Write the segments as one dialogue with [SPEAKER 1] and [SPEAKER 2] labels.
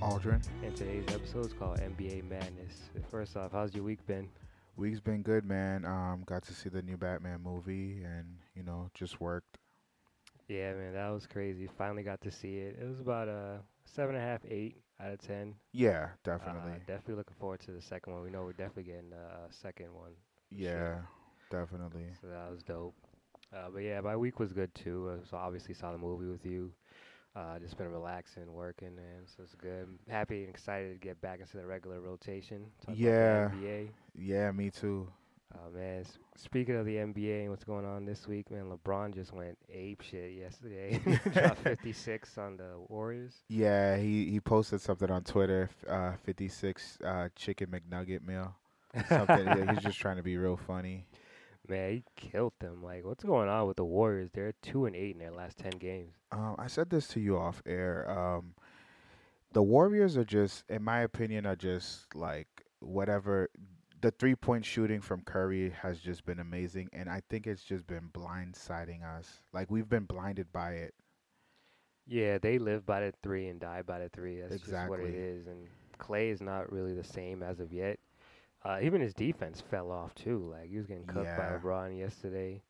[SPEAKER 1] And today's episode is called NBA Madness. First off, how's your week been?
[SPEAKER 2] Week's been good, man. Um, got to see the new Batman movie, and you know, just worked.
[SPEAKER 1] Yeah, man, that was crazy. Finally got to see it. It was about a seven and a half, eight out of ten.
[SPEAKER 2] Yeah,
[SPEAKER 1] Uh,
[SPEAKER 2] definitely.
[SPEAKER 1] definitely looking forward to the second one. We know we're definitely getting uh, a second one,
[SPEAKER 2] yeah, definitely.
[SPEAKER 1] so that was dope. Uh, but yeah, my week was good too. Uh, so obviously saw the movie with you. Uh, just been relaxing, working, and so it's good. Happy and excited to get back into the regular rotation. Talk about the
[SPEAKER 2] Yeah.
[SPEAKER 1] NBA.
[SPEAKER 2] Yeah, me too.
[SPEAKER 1] Oh man, s- speaking of the NBA and what's going on this week, man, LeBron just went ape shit yesterday. Dropped 56 on the Warriors.
[SPEAKER 2] Yeah, he he posted something on Twitter. f- Uh, Fifty six uh, chicken McNugget meal. Something. yeah, he's just trying to be real funny.
[SPEAKER 1] Man, he killed them. Like, what's going on with the Warriors? They're two and eight in their last ten games.
[SPEAKER 2] Um, I said this to you off air. Um, the Warriors are just, in my opinion, are just like whatever. The three point shooting from Curry has just been amazing, and I think it's just been blindsiding us. Like we've been blinded by it.
[SPEAKER 1] Yeah, they live by the three and die by the three. That's just what it
[SPEAKER 2] Exactly.
[SPEAKER 1] is. And Clay is not really the same as of yet. Uh, even his defense fell off too. Like he was getting cooked
[SPEAKER 2] Yeah.
[SPEAKER 1] by LeBron yesterday.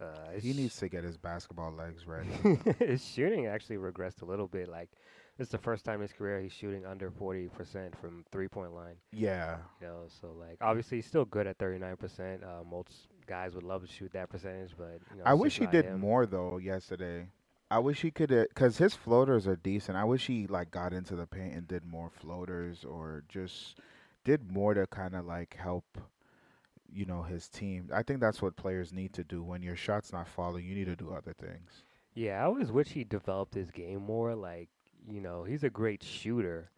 [SPEAKER 1] Uh,
[SPEAKER 2] He
[SPEAKER 1] it's-
[SPEAKER 2] needs to get his basketball legs ready.
[SPEAKER 1] his shooting actually regressed a little bit. Like this is the first time in his career he's shooting under forty percent from three point line.
[SPEAKER 2] yeah,
[SPEAKER 1] You know, so like obviously he's still good at thirty nine percent. Uh, most guys would love to shoot that percentage, but you know,
[SPEAKER 2] I
[SPEAKER 1] it's
[SPEAKER 2] wish
[SPEAKER 1] just
[SPEAKER 2] he
[SPEAKER 1] not
[SPEAKER 2] did
[SPEAKER 1] him.
[SPEAKER 2] more though. Yesterday, I wish he could, cause his floaters are decent. I wish he like got into the paint and did more floaters or just did more to kind of like help you know his team. I think that's what players need to do when your shot's not falling. You need to do other things.
[SPEAKER 1] Yeah, I always wish he developed his game more. Like you know, he's a great shooter,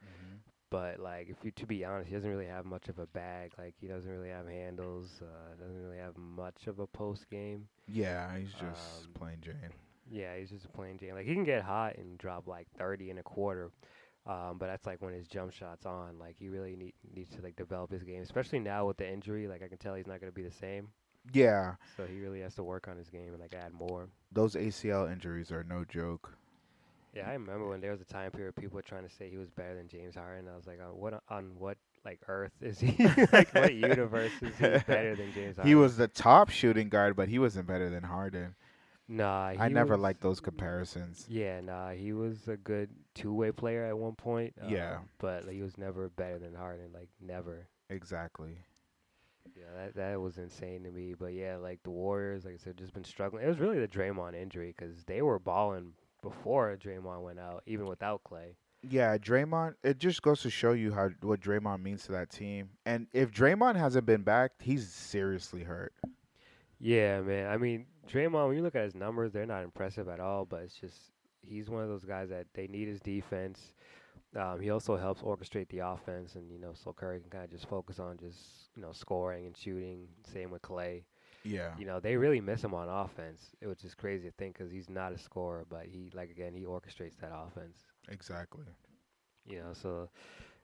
[SPEAKER 1] but like if you to be honest, he doesn't really have much of a bag. Like he doesn't really have handles. Uh, doesn't really have much of a post game.
[SPEAKER 2] Yeah, he's just
[SPEAKER 1] Um,
[SPEAKER 2] plain Jane.
[SPEAKER 1] Yeah, he's just a plain Jane. Like he can get hot and drop like thirty and a quarter, um, but that's like when his jump shot's on. Like he really need, needs to like develop his game, especially now with the injury. Like I can tell he's not gonna be the same,
[SPEAKER 2] Yeah,
[SPEAKER 1] so he really has to work on his game and like add more.
[SPEAKER 2] those ACL injuries are no joke.
[SPEAKER 1] Yeah, I remember when there was a time period people were trying to say he was better than James Harden. I was like, on what on what like earth is he? like what universe is he better than James Harden?
[SPEAKER 2] He was the top shooting guard, but he wasn't better than Harden.
[SPEAKER 1] nah.
[SPEAKER 2] I
[SPEAKER 1] he
[SPEAKER 2] never
[SPEAKER 1] was-
[SPEAKER 2] liked those comparisons.
[SPEAKER 1] Yeah, nah, he was a good two-way player at one point.
[SPEAKER 2] Yeah.
[SPEAKER 1] um, but like, he was never better than Harden, like never.
[SPEAKER 2] Exactly.
[SPEAKER 1] Yeah, that that was insane to me. But yeah, like the Warriors, like I said, just been struggling. It was really the Draymond injury because they were balling before Draymond went out, even without Clay.
[SPEAKER 2] Yeah, Draymond. It just goes to show you how what Draymond means to that team. And if Draymond hasn't been back, he's seriously hurt.
[SPEAKER 1] Yeah, man. I mean, Draymond, when you look at his numbers, they're not impressive at all. But it's just he's one of those guys that they need his defense. Um, he also helps orchestrate the offense, and you know, so Curry can kind of just focus on just you know scoring and shooting. Same with Clay.
[SPEAKER 2] Yeah.
[SPEAKER 1] you know they really miss him on offense, it- which is crazy to think because he's not a scorer, but he like again he orchestrates that offense.
[SPEAKER 2] Exactly.
[SPEAKER 1] You know, so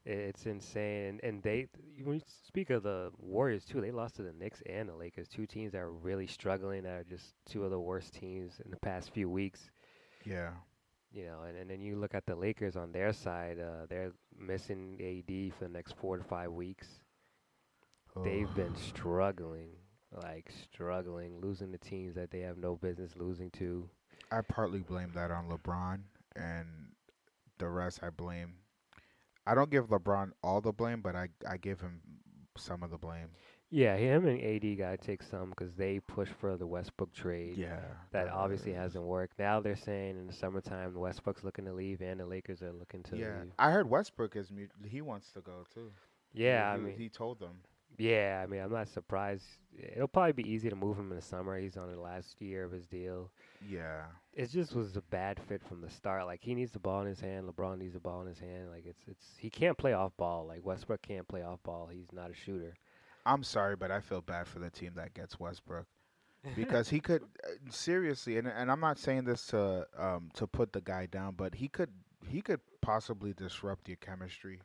[SPEAKER 1] i- it's insane. And, and they when you speak of the Warriors too, they lost to the Knicks and the Lakers, two teams that are really struggling, that are just two of the worst teams in the past few weeks.
[SPEAKER 2] Yeah.
[SPEAKER 1] You know, and, and then you look at the Lakers on their side, uh, they're missing AD for the next four to five weeks. they've
[SPEAKER 2] Ugh.
[SPEAKER 1] been struggling, like struggling, losing to teams that they have no business losing to.
[SPEAKER 2] I partly blame that on LeBron, and the rest I blame. I don't give LeBron all the blame, but I I give him some of the blame.
[SPEAKER 1] Yeah, him and AD got to take some because they pushed for the Westbrook trade.
[SPEAKER 2] Yeah.
[SPEAKER 1] That obviously hasn't worked. Now they're saying in the summertime, Westbrook's looking to leave and the Lakers are looking to
[SPEAKER 2] Yeah,
[SPEAKER 1] leave.
[SPEAKER 2] I heard Westbrook is mut- he wants to go too.
[SPEAKER 1] Yeah, I
[SPEAKER 2] he,
[SPEAKER 1] mean,
[SPEAKER 2] he told them.
[SPEAKER 1] yeah, I mean, I'm not surprised. It'll probably be easy to move him in the summer. He's on the last year of his deal.
[SPEAKER 2] Yeah.
[SPEAKER 1] It just was a bad fit from the start. Like he needs the ball in his hand. LeBron needs the ball in his hand. Like it's it's he can't play off ball. Like Westbrook can't play off ball. He's not a shooter.
[SPEAKER 2] I'm sorry, but I feel bad for the team that gets Westbrook because he could uh, seriously, and and I'm not saying this to um to put the guy down, but he could he could possibly disrupt your chemistry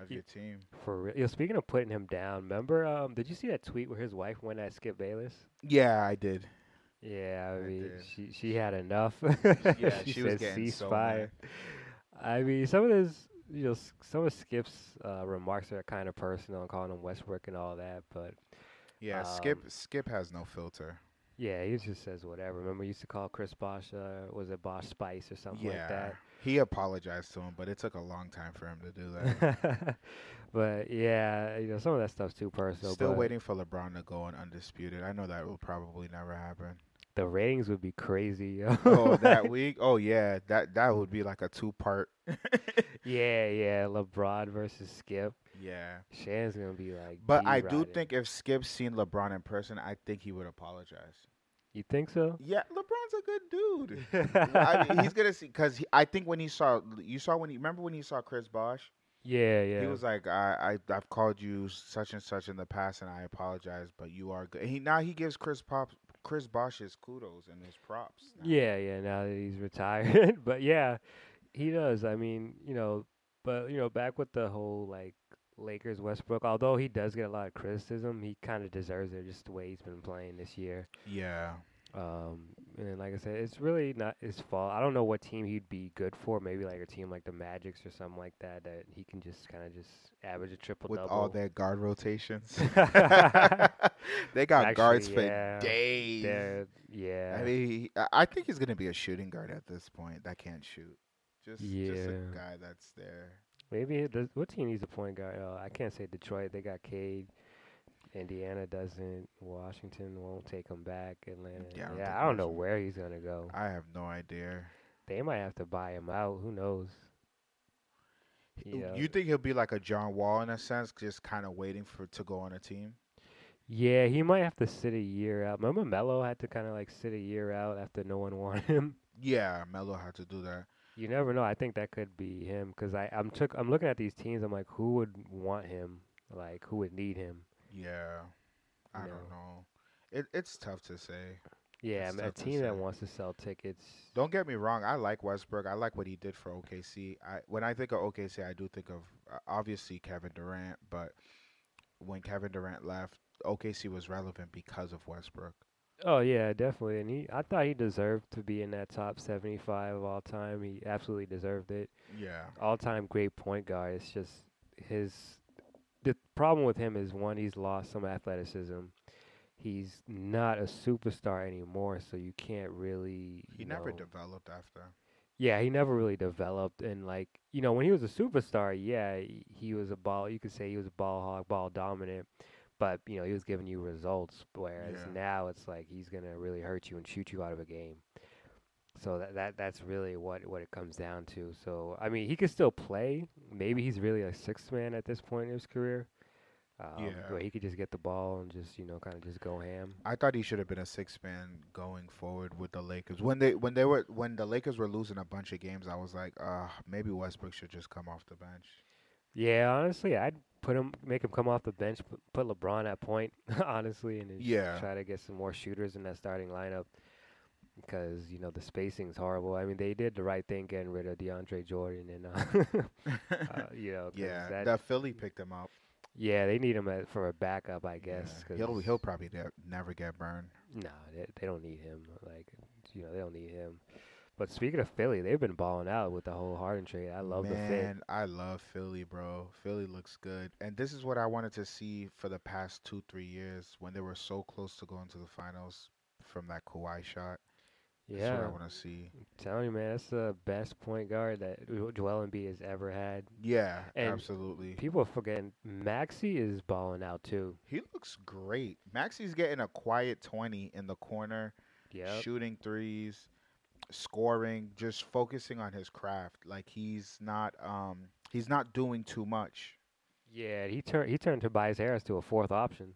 [SPEAKER 2] of
[SPEAKER 1] Ye-
[SPEAKER 2] your team.
[SPEAKER 1] For real. Yo, speaking of putting him down, remember? Um, did you see that tweet where his wife went at Skip Bayless?
[SPEAKER 2] Yeah, I did.
[SPEAKER 1] Yeah, I
[SPEAKER 2] I
[SPEAKER 1] mean,
[SPEAKER 2] did.
[SPEAKER 1] she she had enough.
[SPEAKER 2] yeah, she was
[SPEAKER 1] said,
[SPEAKER 2] getting so
[SPEAKER 1] "Ceasefire." I mean, some of this you know, s- some of Skip's uh, remarks are kind of personal, and calling him Westbrook and all that. But
[SPEAKER 2] Yeah, Skip
[SPEAKER 1] Um,
[SPEAKER 2] Skip has no filter.
[SPEAKER 1] yeah, he just says whatever. Remember, he used to call Chris Bosh, uh, was it Bosh Spice or something like that?
[SPEAKER 2] He apologized to him, but it took a long time for him to do that.
[SPEAKER 1] but yeah, you know, some of that stuff's too personal.
[SPEAKER 2] Still
[SPEAKER 1] but
[SPEAKER 2] waiting for LeBron to go on undisputed. I know that will probably never happen.
[SPEAKER 1] The ratings would be crazy. Yo.
[SPEAKER 2] Oh, that week? Oh yeah, that that would be like a two part.
[SPEAKER 1] yeah, yeah. LeBron versus Skip.
[SPEAKER 2] Yeah.
[SPEAKER 1] Shan's gonna be like.
[SPEAKER 2] But I do
[SPEAKER 1] derided.
[SPEAKER 2] think if Skip seen LeBron in person, I think he would apologize.
[SPEAKER 1] You think so?
[SPEAKER 2] Yeah, LeBron's a good dude. I mean, he's gonna see because I think when he saw you saw when he remember when he saw Chris Bosh,
[SPEAKER 1] yeah, yeah.
[SPEAKER 2] he was like, I, I I've called you such and such in the past, and I apologize, but you are good. He now he gives Chris Pop Chris Bosh his kudos and his props. now.
[SPEAKER 1] Yeah, yeah. Now that he's retired, but yeah, he does. I mean, you know, but you know, back with the whole like Lakers Westbrook. Although he does get a lot of criticism, he kind of deserves it just the way he's been playing this year.
[SPEAKER 2] yeah,
[SPEAKER 1] Um, and like I said, it's really not his fault. I don't know what team he'd be good for. Maybe like a team like the Magics or something like that that he can just kind of just average a triple
[SPEAKER 2] with
[SPEAKER 1] double.
[SPEAKER 2] all their guard rotations, they got
[SPEAKER 1] Actually,
[SPEAKER 2] guards
[SPEAKER 1] yeah,
[SPEAKER 2] for days.
[SPEAKER 1] They're- yeah.
[SPEAKER 2] I mean, he- I- I think he's gonna be a shooting guard at this point. That can't shoot. Just, just a
[SPEAKER 1] Yeah.
[SPEAKER 2] guy that's there.
[SPEAKER 1] Maybe it does. What team needs a point guard? Uh, I can't say Detroit. They got Cade. Indiana doesn't. Washington won't take him back. Atlanta.
[SPEAKER 2] Yeah, I
[SPEAKER 1] Yeah,
[SPEAKER 2] don't think
[SPEAKER 1] I don't know
[SPEAKER 2] Washington-
[SPEAKER 1] where he's gonna go.
[SPEAKER 2] I have no idea.
[SPEAKER 1] They might have to buy him out. Who knows? Yeah.
[SPEAKER 2] You think he'll be like a John Wall in a sense, just kind of waiting for to go on a team?
[SPEAKER 1] Yeah, he might have to sit a year out. Remember, Melo had to kind of like sit a year out after no one wanted him.
[SPEAKER 2] Yeah, Melo had to do that.
[SPEAKER 1] You never know. I think that could be him because I I'm took I'm looking at these teams. I'm like, who would want him? Like, who would need him?
[SPEAKER 2] Yeah, I don't
[SPEAKER 1] No.
[SPEAKER 2] know. It, it's tough to say.
[SPEAKER 1] Yeah,
[SPEAKER 2] That's
[SPEAKER 1] I mean, a
[SPEAKER 2] tough to
[SPEAKER 1] team that
[SPEAKER 2] say.
[SPEAKER 1] wants to sell tickets.
[SPEAKER 2] Don't get me wrong. I like Westbrook. I like what he did for OKC. I when I think of OKC, I do think of uh, obviously Kevin Durant. But when Kevin Durant left, OKC was relevant because of Westbrook.
[SPEAKER 1] Oh yeah, definitely. And he, I thought he deserved to be in that top 75 of all time. He absolutely deserved it.
[SPEAKER 2] Yeah.
[SPEAKER 1] All-time great point guard. It's just his. The problem with him is one, he's lost some athleticism. He's not a superstar anymore, so you can't really.
[SPEAKER 2] He
[SPEAKER 1] you
[SPEAKER 2] never
[SPEAKER 1] know-
[SPEAKER 2] developed after.
[SPEAKER 1] Yeah, he never really developed, and like you know, when he was a superstar, yeah, he- he was a ball. You could say he was a ball hog, ball dominant, but you know, he was giving you results. Whereas
[SPEAKER 2] Yeah.
[SPEAKER 1] now, it's like he's gonna really hurt you and shoot you out of a game. So that that that's really what what it comes down to. So I mean, he could still play. Maybe he's really a sixth man at this point in his career. Um,
[SPEAKER 2] Yeah.
[SPEAKER 1] Where he could just get the ball and just you know kind of just go ham.
[SPEAKER 2] I thought he should have been a six man going forward with the Lakers. When they when they were when the Lakers were losing a bunch of games, I was like, uh, maybe Westbrook should just come off the bench.
[SPEAKER 1] Yeah, honestly, I'd put him, make him come off the bench, put, put LeBron at point, honestly, and then just
[SPEAKER 2] Yeah.
[SPEAKER 1] try to get some more shooters in that starting lineup because you know the spacing's horrible. I mean, they did the right thing getting rid of DeAndre Jordan and uh, uh, you know, 'cause
[SPEAKER 2] yeah,
[SPEAKER 1] that,
[SPEAKER 2] that Philly picked him up.
[SPEAKER 1] yeah, they need him at, for a backup, I
[SPEAKER 2] Yeah.
[SPEAKER 1] guess. Cause
[SPEAKER 2] he'll he'll probably ne- never get burned.
[SPEAKER 1] no, they, they don't need him. Like you know, they don't need him. But speaking of Philly, they've been balling out with the whole Harden trade. I love the fit.
[SPEAKER 2] Man, I love Philly, bro. Philly looks good, and this is what I wanted to see for the past two three years when they were so close to going to the finals from that Kawhi shot. That's what
[SPEAKER 1] Yeah,
[SPEAKER 2] I want to see.
[SPEAKER 1] telling you, man, that's the best point guard that Joel Embiid has ever had.
[SPEAKER 2] Yeah,
[SPEAKER 1] And
[SPEAKER 2] absolutely.
[SPEAKER 1] People are forgetting Maxi is balling out too.
[SPEAKER 2] He looks great. Maxi's getting a quiet 20 in the corner,
[SPEAKER 1] Yeah,
[SPEAKER 2] shooting threes, scoring, just focusing on his craft. Like he's not um he's not doing too much
[SPEAKER 1] yeah. He turned he turned Tobias Harris to a fourth option.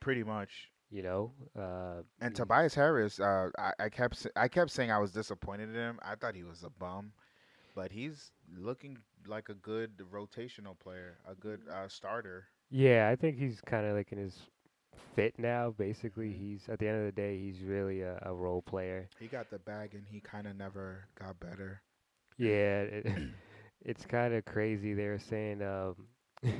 [SPEAKER 2] pretty much.
[SPEAKER 1] You know, uh,
[SPEAKER 2] And
[SPEAKER 1] he-
[SPEAKER 2] Tobias Harris, uh, I, I kept s- I kept saying I was disappointed in him. I thought he was a bum, but he's looking like a good rotational player, a good uh, starter.
[SPEAKER 1] Yeah, I think he's kind of like in his fit now. Basically, he's at the end of the day, he's really a, a role player.
[SPEAKER 2] He got the bag, and he kind of never got better.
[SPEAKER 1] Yeah, it, it's kind of crazy. They were saying um,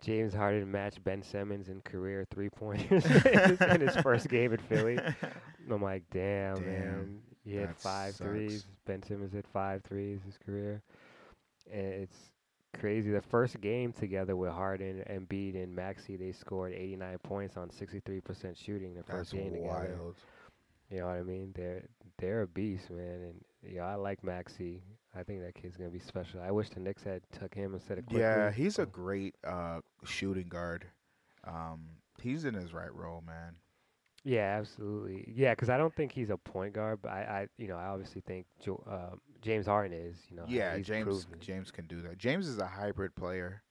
[SPEAKER 1] James Harden matched Ben Simmons in career three pointers in his first game at Philly. And I'm like, damn,
[SPEAKER 2] Damn,
[SPEAKER 1] man. He had
[SPEAKER 2] that
[SPEAKER 1] five
[SPEAKER 2] sucks.
[SPEAKER 1] threes. Ben Simmons had five threes his career. And it's crazy. The first game together with Harden, Embiid, and Maxi, they scored 89 points on 63% shooting. The first
[SPEAKER 2] That's
[SPEAKER 1] game together.
[SPEAKER 2] wild.
[SPEAKER 1] You know what I mean? They're they're a beast, man. And you know, I like Maxi. I think that kid's gonna be special. I wish the Knicks had took him instead of quickly.
[SPEAKER 2] Yeah, he's a
[SPEAKER 1] but-
[SPEAKER 2] great uh, shooting guard. Um, he's in his right role, man.
[SPEAKER 1] Yeah, absolutely. Yeah, because I don't think he's a point guard, but I, I you know, I obviously think jo- uh, James Harden is. You know,
[SPEAKER 2] yeah,
[SPEAKER 1] he's
[SPEAKER 2] James
[SPEAKER 1] proven it.
[SPEAKER 2] James can do that. James is a hybrid player.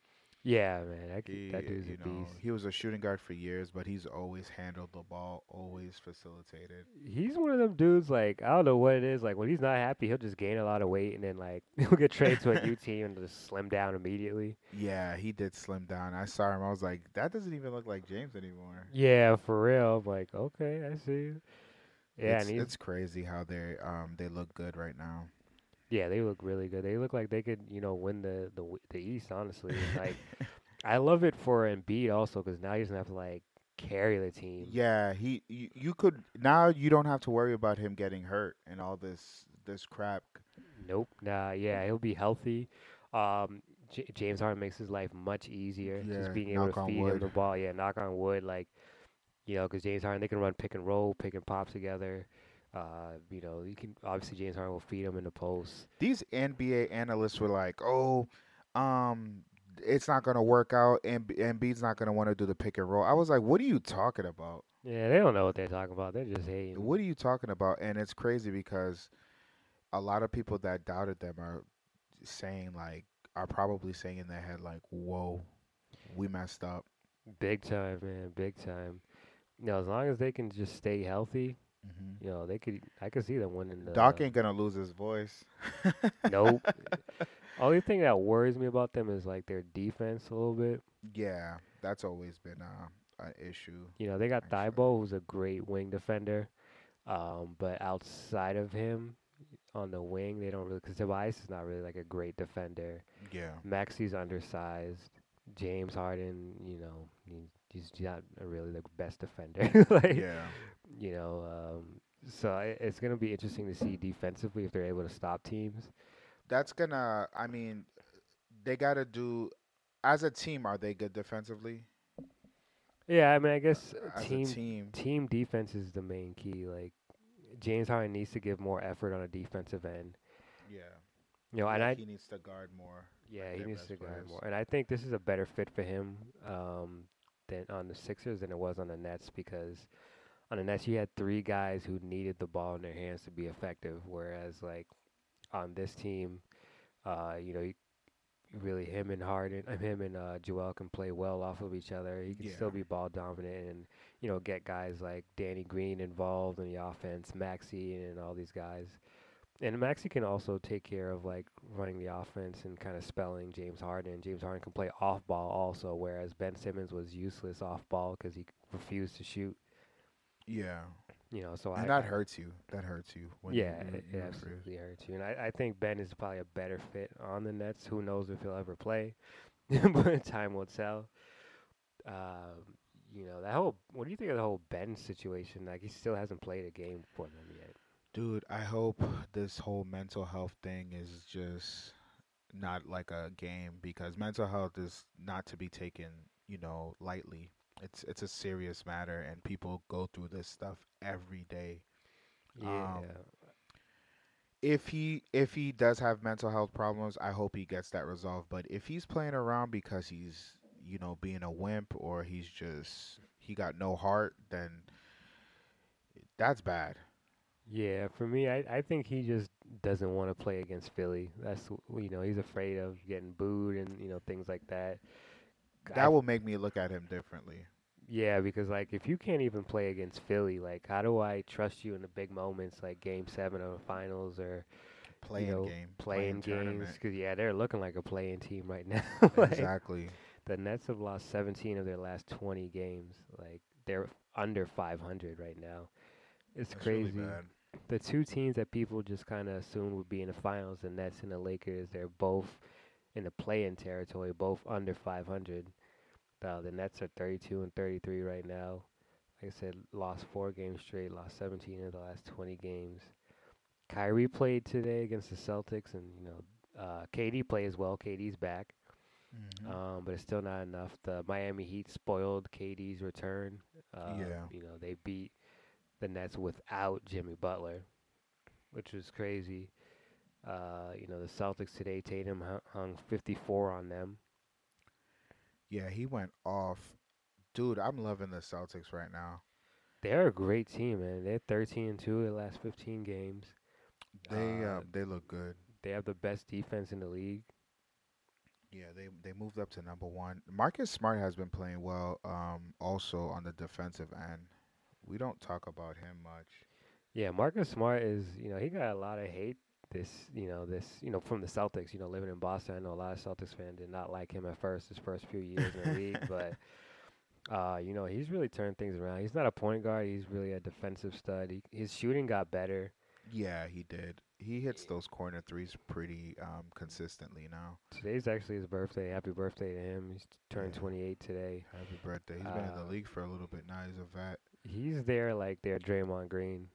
[SPEAKER 1] Yeah, man, that,
[SPEAKER 2] He,
[SPEAKER 1] kid- that dude's a
[SPEAKER 2] you know,
[SPEAKER 1] beast.
[SPEAKER 2] he was a shooting guard for years, but he's always handled the ball, always facilitated.
[SPEAKER 1] He's one of them dudes. Like I don't know what it is. Like when he's not happy, he'll just gain a lot of weight, and then like he'll get traded to a new team and just slim down immediately.
[SPEAKER 2] Yeah, he did slim down. I saw him. I was like, that doesn't even look like James anymore.
[SPEAKER 1] Yeah, for real. I'm like, okay, I see. you. Yeah,
[SPEAKER 2] it's,
[SPEAKER 1] and he's,
[SPEAKER 2] it's crazy how they um they look good right now.
[SPEAKER 1] yeah, they look really good. They look like they could, you know, win the the w- the East. Honestly, And, like I love it for Embiid also because now he doesn't have to like carry the team.
[SPEAKER 2] Yeah, he you, you could now you don't have to worry about him getting hurt and all this this crap.
[SPEAKER 1] Nope. Nah. Yeah, he'll be healthy. Um, J- James Harden makes his life much easier.
[SPEAKER 2] Yeah,
[SPEAKER 1] just being able
[SPEAKER 2] knock
[SPEAKER 1] to
[SPEAKER 2] on
[SPEAKER 1] feed him
[SPEAKER 2] wood.
[SPEAKER 1] the ball. Yeah, knock on wood. Like, you know, because James Harden, they can run pick and roll, pick and pop together. Uh, you know, you can obviously James Harden will feed him in the post.
[SPEAKER 2] These NBA analysts were like, "Oh, um it's not going to work out and Embiid's not going to want to do the pick and roll." I was like, "What are you talking about?
[SPEAKER 1] Yeah, they don't know what they're talking about. They're just hating.
[SPEAKER 2] What are you talking about?" And it's crazy because a lot of people that doubted them are saying like are probably saying in their head like, "Whoa, we messed up."
[SPEAKER 1] Big time, man. Big time. You know, as long as they can just stay healthy,
[SPEAKER 2] hmm
[SPEAKER 1] you know, they could. I could see them winning the.
[SPEAKER 2] Doc ain't gonna lose his voice.
[SPEAKER 1] Nope. Only thing that worries me about them is like their defense a little bit.
[SPEAKER 2] Yeah, that's always been uh, an issue.
[SPEAKER 1] You know, they got
[SPEAKER 2] Actually.
[SPEAKER 1] Thibault, who's a great wing defender. Um, but outside of him on the wing, they don't really because Tobias is not really like a great defender.
[SPEAKER 2] Yeah,
[SPEAKER 1] Maxi's undersized. James Harden, you know, he, he's not really the best defender. like,
[SPEAKER 2] yeah,
[SPEAKER 1] you know, um, so i it's going to be interesting to see defensively if they're able to stop teams.
[SPEAKER 2] that's gonna. I mean, they gotta do. As a team, are they good defensively?
[SPEAKER 1] Yeah, I mean, I guess uh,
[SPEAKER 2] As
[SPEAKER 1] team,
[SPEAKER 2] a team,
[SPEAKER 1] team defense is the main key. Like, James Harden needs to give more effort on a defensive end.
[SPEAKER 2] yeah.
[SPEAKER 1] You know, and I
[SPEAKER 2] Like, he needs to guard more.
[SPEAKER 1] Yeah, he
[SPEAKER 2] their
[SPEAKER 1] needs
[SPEAKER 2] best
[SPEAKER 1] to guard
[SPEAKER 2] players.
[SPEAKER 1] more, and I think this is a better fit for him um, than on the Sixers than it was on the Nets because on the Nets you had three guys who needed the ball in their hands to be effective, whereas like on this team, uh, you know, you, really him and Harden, uh, him and uh, Joel can play well off of each other. He can still
[SPEAKER 2] Yeah.
[SPEAKER 1] be ball dominant and you know get guys like Danny Green involved in the offense, Maxi and all these guys. And Maxi can also take care of like running the offense and kind of spelling James Harden. James Harden can play off ball also, whereas Ben Simmons was useless off ball because he refused to shoot.
[SPEAKER 2] Yeah,
[SPEAKER 1] You know, so
[SPEAKER 2] and
[SPEAKER 1] I
[SPEAKER 2] that hurts you. That hurts you. When you-
[SPEAKER 1] yeah,
[SPEAKER 2] you-
[SPEAKER 1] it,
[SPEAKER 2] you
[SPEAKER 1] it
[SPEAKER 2] refuse.
[SPEAKER 1] absolutely hurts you. And I, I think Ben is probably a better fit on the Nets. Who knows if he'll ever play? but time will tell. Um, you know that whole. What do you think of the whole Ben situation? Like he still hasn't played a game for them yet.
[SPEAKER 2] Dude, I hope this whole mental health thing is just not like a game because mental health is not to be taken, you know, lightly. It's it's a serious matter and people go through this stuff every day.
[SPEAKER 1] Yeah,
[SPEAKER 2] Um, If he if he does have mental health problems, I hope he gets that resolved, but if he's playing around because he's, you know, being a wimp or he's just he got no heart, then that's bad.
[SPEAKER 1] yeah. For me, I, I think he just doesn't want to play against Philly. That's w- you know he's afraid of getting booed and you know things like that. I
[SPEAKER 2] That will make me look at him differently.
[SPEAKER 1] Yeah, because like if you can't even play against Philly, like how do I trust you in the big moments like Game Seven of the Finals or
[SPEAKER 2] Playing
[SPEAKER 1] know,
[SPEAKER 2] game,
[SPEAKER 1] playing games?
[SPEAKER 2] tournament.
[SPEAKER 1] Because yeah, they're looking like a playing team right now. like,
[SPEAKER 2] Exactly.
[SPEAKER 1] The Nets have lost 17 of their last 20 games. Like they're under 500 right now. It's crazy. the two teams that people just kind of assumed would be in the finals, the Nets and the Lakers, they're both in the play-in territory, both under 500. Uh, the Nets are 32 and 33 right now. Like I said, lost four games straight, lost 17 of the last 20 games. Kyrie played today against the Celtics, and you know, uh, KD plays well. KD's back.
[SPEAKER 2] Mhm.
[SPEAKER 1] um, but it's still not enough. The Miami Heat spoiled KD's return. Uh,
[SPEAKER 2] Yeah.
[SPEAKER 1] You know, they beat the Nets without Jimmy Butler, which was crazy. Uh, you know, the Celtics today, Tatum hu- hung 54 on them.
[SPEAKER 2] Yeah, he went off. Dude, I'm loving the Celtics right now.
[SPEAKER 1] They're a great team, man. They're 13 and 2 in the last 15 games.
[SPEAKER 2] They
[SPEAKER 1] Uh,
[SPEAKER 2] uh, they look good.
[SPEAKER 1] They have the best defense in the league.
[SPEAKER 2] Yeah, they they moved up to number one. Marcus Smart has been playing well. Um, also on the defensive end, we don't talk about him much.
[SPEAKER 1] Yeah, Marcus Smart is, you know, he got a lot of hate this, you know, this, you know, from the Celtics, you know, living in Boston. I know a lot of Celtics fans did not like him at first, his first few years in the league, but uh, you know, he's really turned things around. He's not a point guard, he's really a defensive stud. He, his shooting got better.
[SPEAKER 2] Yeah, he did. He hits those corner threes pretty um consistently now.
[SPEAKER 1] Today's actually his birthday. Happy birthday to him. He's turned
[SPEAKER 2] Yeah.
[SPEAKER 1] 28 today.
[SPEAKER 2] Happy birthday. He's been in the
[SPEAKER 1] Uh,
[SPEAKER 2] league for a little bit now. He's a vet.
[SPEAKER 1] He's there like their Draymond Green.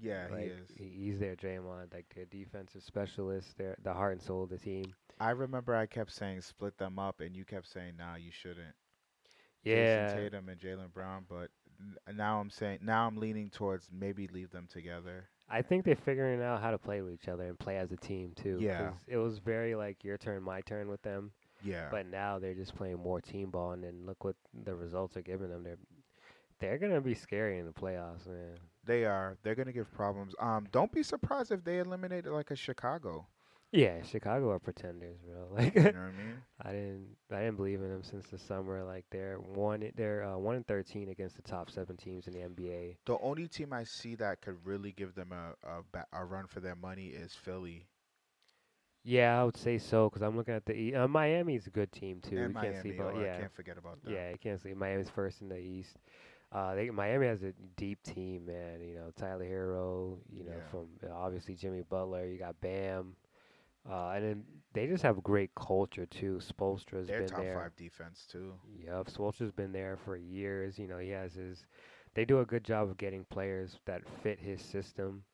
[SPEAKER 2] Yeah, he
[SPEAKER 1] like
[SPEAKER 2] is.
[SPEAKER 1] he- he's their Draymond, like their defensive specialist, their the heart and soul of the team.
[SPEAKER 2] I remember I kept saying split them up, and you kept saying, "No, you shouldn't."
[SPEAKER 1] Yeah.
[SPEAKER 2] Jason Tatum and Jalen Brown, but n- now I'm saying now I'm leaning towards maybe leave them together.
[SPEAKER 1] I think they're figuring out how to play with each other and play as a team too.
[SPEAKER 2] Yeah.
[SPEAKER 1] 'cause it was very like your turn, my turn with them,
[SPEAKER 2] Yeah,
[SPEAKER 1] but now they're just playing more team ball, and then look what the results are giving them. They're they're gonna be scary in the playoffs, man.
[SPEAKER 2] they are. They're gonna give problems. Um, don't be surprised if they eliminate like a Chicago.
[SPEAKER 1] Yeah, Chicago are pretenders, bro. Like
[SPEAKER 2] You know what I mean?
[SPEAKER 1] I didn't I didn't believe in them since the summer. Like they're one they're uh, one and thirteen against the top seven teams in the NBA.
[SPEAKER 2] The only team I see that could really give them a a, ba- a run for their money is Philly.
[SPEAKER 1] Yeah, I would say so because I'm looking at the E- uh, Miami's a good team too.
[SPEAKER 2] and
[SPEAKER 1] we
[SPEAKER 2] Miami.
[SPEAKER 1] can't see,
[SPEAKER 2] oh,
[SPEAKER 1] but
[SPEAKER 2] I
[SPEAKER 1] yeah,
[SPEAKER 2] can't forget about that.
[SPEAKER 1] Yeah, you can't sleep. Miami's first in the East. Uh, they Miami has a deep team, man. You know Tyler Hero. You know
[SPEAKER 2] Yeah.
[SPEAKER 1] from uh, obviously Jimmy Butler. You got Bam, uh, and then they just have great culture too. Spoelstra's
[SPEAKER 2] Their
[SPEAKER 1] been
[SPEAKER 2] top
[SPEAKER 1] there.
[SPEAKER 2] five defense too.
[SPEAKER 1] Yep, Spoelstra's been there for years. You know he has his. They do a good job of getting players that fit his system.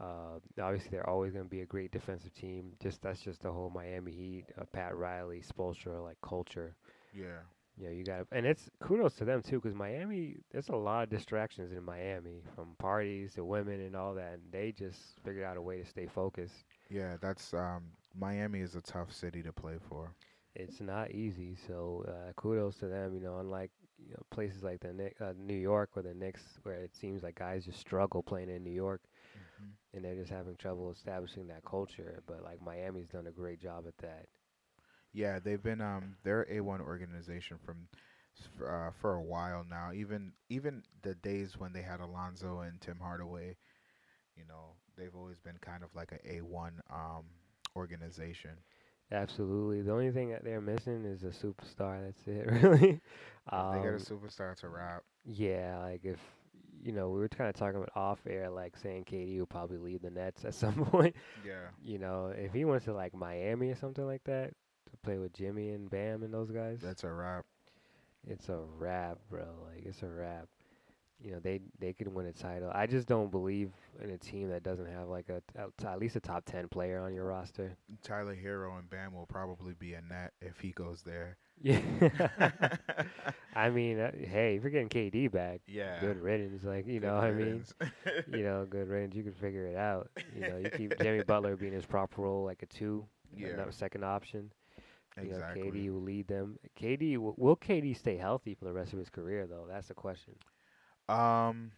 [SPEAKER 1] Uh, obviously, they're always going to be a great defensive team. Just that's just the whole Miami Heat, uh, Pat Riley, Spoelstra like culture.
[SPEAKER 2] Yeah.
[SPEAKER 1] Yeah, you got to, and it's kudos to them too, because Miami, there's a lot of distractions in Miami from parties to women and all that, and they just figured out a way to stay focused.
[SPEAKER 2] Yeah, that's um Miami is a tough city to play for.
[SPEAKER 1] It's not easy, so uh, kudos to them. You know, unlike you know, places like the Knick, uh, New York or the Knicks, where it seems like guys just struggle playing in New York, and they're just having trouble establishing that culture. But like Miami's done a great job at that.
[SPEAKER 2] Yeah, they've been um they're a one organization from s- f- uh, for a while now. Even even the days when they had Alonzo and Tim Hardaway, you know, they've always been kind of like a a one um organization.
[SPEAKER 1] Absolutely. The only thing that they're missing is a superstar. That's it, really.
[SPEAKER 2] If they get a
[SPEAKER 1] Um,
[SPEAKER 2] superstar to wrap.
[SPEAKER 1] Yeah, like if you know, we were kind of talking about off air, like saying KD will probably leave the Nets at some point.
[SPEAKER 2] Yeah.
[SPEAKER 1] You know, if he went to like Miami or something like that to play with Jimmy and Bam and those guys,
[SPEAKER 2] That's a wrap.
[SPEAKER 1] it's a wrap, bro. Like it's a wrap. You know, they they could win a title. I just don't believe in a team that doesn't have like a a t- at least a top ten player on your roster.
[SPEAKER 2] Tyler Hero and Bam will probably be a net if he goes there.
[SPEAKER 1] Yeah, I mean, uh, hey, if you're getting KD back,
[SPEAKER 2] yeah.
[SPEAKER 1] good riddance. Like you know, what I mean. you know, good range. You can figure it out. You know, you keep Jimmy Butler being his proper role, like a two,
[SPEAKER 2] Yeah.
[SPEAKER 1] not a second option. You
[SPEAKER 2] exactly.
[SPEAKER 1] know, KD will lead them. KD w- will KD stay healthy for the rest of his career, though. That's the question.
[SPEAKER 2] Um,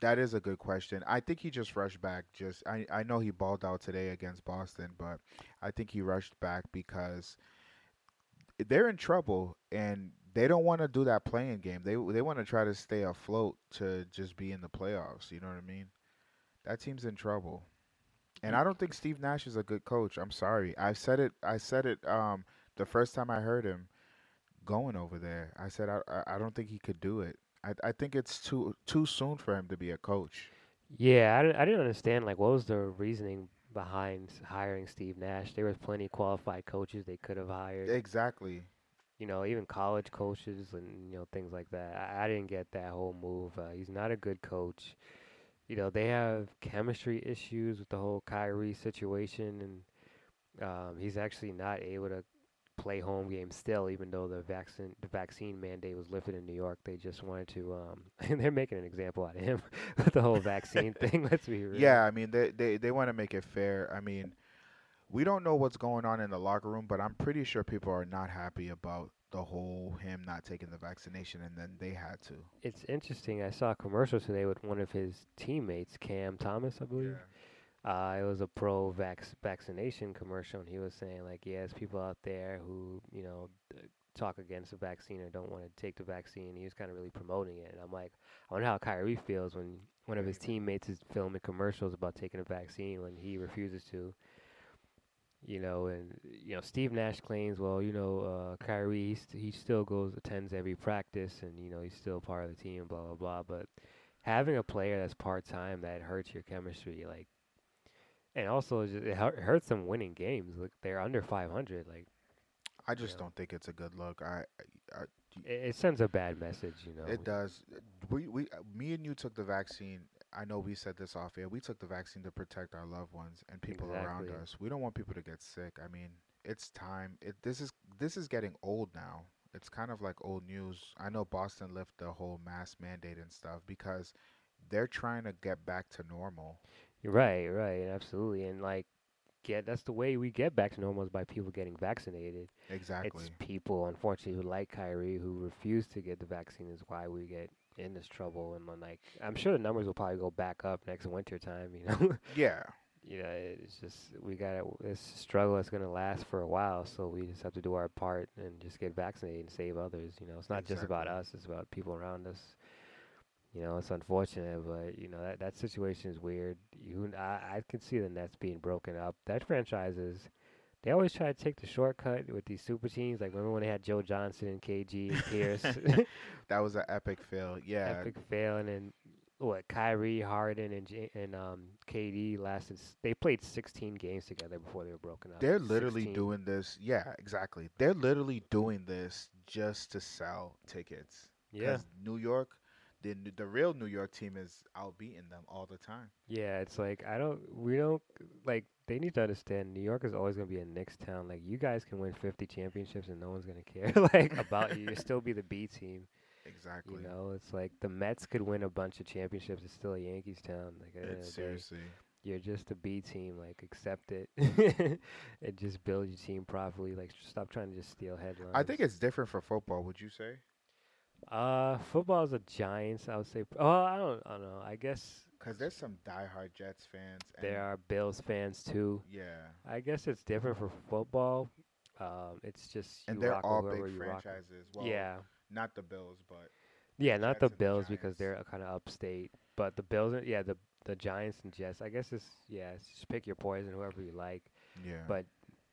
[SPEAKER 2] that is a good question. I think he just rushed back. Just I I know he balled out today against Boston, but I think he rushed back because they're in trouble and they don't want to do that playing game. They they want to try to stay afloat to just be in the playoffs. You know what I mean? That team's in trouble. And I don't think Steve Nash is a good coach. I'm sorry. I said it. I said it. Um, the first time I heard him going over there, I said I I I don't think he could do it. I, I think it's too too soon for him to be a coach.
[SPEAKER 1] Yeah, I, di- I didn't understand like what was the reasoning behind s- hiring Steve Nash. There was plenty of qualified coaches they could have hired.
[SPEAKER 2] Exactly.
[SPEAKER 1] you know, even college coaches and you know things like that. I, I didn't get that whole move. Uh, he's not a good coach. You know, they have chemistry issues with the whole Kyrie situation, and um, he's actually not able to play home games still, even though the vaccine the vaccine mandate was lifted in New York. They just wanted to, um, and they're making an example out of him with the whole vaccine thing. Let's be real.
[SPEAKER 2] Yeah, I mean they they they want to make it fair. I mean, we don't know what's going on in the locker room, but I'm pretty sure people are not happy about the whole him not taking the vaccination, and then they had to.
[SPEAKER 1] It's interesting. I saw a commercial today with one of his teammates, Cam Thomas, I believe. Uh, it was a pro vax vaccination commercial, and he was saying like, "Yes, people out there who you know d- talk against the vaccine or don't want to take the vaccine." He was kind of really promoting it, and I'm like, I wonder how Kyrie feels when one of his teammates is filming commercials about taking a vaccine when he refuses to. You know, and you know Steve Nash claims, well, you know, uh, Kyrie he, st- he still goes attends every practice, and you know he's still part of the team, blah blah blah. But having a player that's part time that hurts your chemistry, like and also it just, it hu- hurts them winning games. Like they're under 500. Like
[SPEAKER 2] I just
[SPEAKER 1] Yeah.
[SPEAKER 2] don't think it's a good look. I, I
[SPEAKER 1] it, it sends a bad message, you know.
[SPEAKER 2] it does. We we me and you took the vaccine. I know we said this off air. We took the vaccine to protect our loved ones and people around
[SPEAKER 1] Exactly.
[SPEAKER 2] us. We don't want people to get sick. I mean, it's time. It this is this is getting old now. It's kind of like old news. I know Boston left the whole mask mandate and stuff because they're trying to get back to normal.
[SPEAKER 1] Right, right, absolutely. And like get that's the way we get back to normal is by people getting vaccinated.
[SPEAKER 2] Exactly.
[SPEAKER 1] It's people unfortunately who like Kyrie who refuse to get the vaccine is why we get in this trouble and like I'm sure the numbers will probably go back up next winter time, you know.
[SPEAKER 2] yeah.
[SPEAKER 1] you know, it's just we got to this struggle that's going to last for a while. So we just have to do our part and just get vaccinated and save others. You know, it's not just about us; it's about people around us. You know, it's unfortunate, but you know that that situation is weird. You, I, I can see the Nets being broken up. That franchise is. They always try to take the shortcut with these super teams. Like remember when they had Joe Johnson and KG and Pierce.
[SPEAKER 2] That was an epic fail. Yeah.
[SPEAKER 1] epic fail, and then what? Kyrie, Harden, and J- and um, KD lasted. s- They played 16 games together before they were broken up.
[SPEAKER 2] They're literally
[SPEAKER 1] 16.
[SPEAKER 2] doing this. Yeah, exactly. They're literally doing this just to sell tickets.
[SPEAKER 1] Yeah,
[SPEAKER 2] New York, the the real New York team is outbeating them all the time.
[SPEAKER 1] yeah. It's like I don't. We don't like. They need to understand New York is always going to be a Knicks town. Like you guys can win 50 championships and no one's going to care like about you. You'll still be the B team.
[SPEAKER 2] Exactly.
[SPEAKER 1] You know, it's like the Mets could win a bunch of championships. It's still a Yankees town. Like at the end
[SPEAKER 2] It's
[SPEAKER 1] of the day.
[SPEAKER 2] seriously.
[SPEAKER 1] you're just a B team. Like, accept it and just build your team properly. Like, s- stop trying to just steal headlines.
[SPEAKER 2] I think it's different for football. Would you say?
[SPEAKER 1] uh, football is a Giants. I would say. Oh, I don't. I don't know. I guess
[SPEAKER 2] Because there's some diehard Jets fans. And
[SPEAKER 1] there are Bills fans too.
[SPEAKER 2] Yeah,
[SPEAKER 1] I guess it's different for football. Um, it's just you
[SPEAKER 2] and they're
[SPEAKER 1] rock with
[SPEAKER 2] all
[SPEAKER 1] whoever
[SPEAKER 2] big
[SPEAKER 1] you rock with.
[SPEAKER 2] franchises. Well,
[SPEAKER 1] yeah,
[SPEAKER 2] Not the Bills, but
[SPEAKER 1] yeah, not
[SPEAKER 2] Jets
[SPEAKER 1] the
[SPEAKER 2] and the
[SPEAKER 1] Bills because
[SPEAKER 2] Giants.
[SPEAKER 1] they're kind of upstate, but the Bills. Are, yeah, the the Giants and Jets. I guess it's yeah. It's just pick your poison, whoever you like.
[SPEAKER 2] yeah.
[SPEAKER 1] But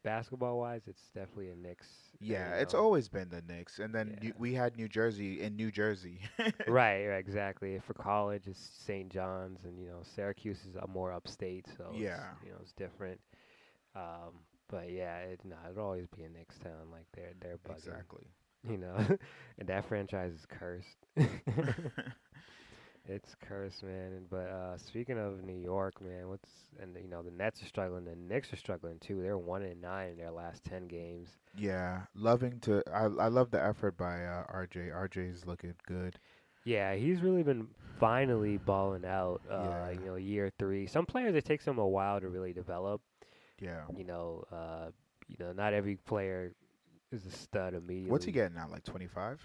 [SPEAKER 1] basketball wise, it's definitely a Knicks. and,
[SPEAKER 2] yeah,
[SPEAKER 1] you
[SPEAKER 2] it's
[SPEAKER 1] know,
[SPEAKER 2] always been the Knicks, and then
[SPEAKER 1] Yeah.
[SPEAKER 2] New- we had New Jersey in New Jersey.
[SPEAKER 1] right, right, exactly. For college, it's St. John's, and you know Syracuse is uh, more upstate, so it's,
[SPEAKER 2] Yeah.
[SPEAKER 1] you know it's different. Um, but yeah, it, nah, it'll always be a Knicks town. Like they're they're bugging,
[SPEAKER 2] exactly.
[SPEAKER 1] you know, and that franchise is cursed. it's cursed, man. And- But uh, speaking of New York, man, what's and you know the Nets are struggling, the Knicks are struggling too. They're one and nine in their last ten games.
[SPEAKER 2] Yeah, loving to. I I love the effort by uh, RJ. RJ's looking good.
[SPEAKER 1] Yeah, he's really been finally balling out. Uh,
[SPEAKER 2] Yeah.
[SPEAKER 1] You know, year three. Some players it takes them a while to really develop.
[SPEAKER 2] Yeah.
[SPEAKER 1] You know, uh, you know, not every player is a stud immediately.
[SPEAKER 2] What's he getting now? Like twenty five?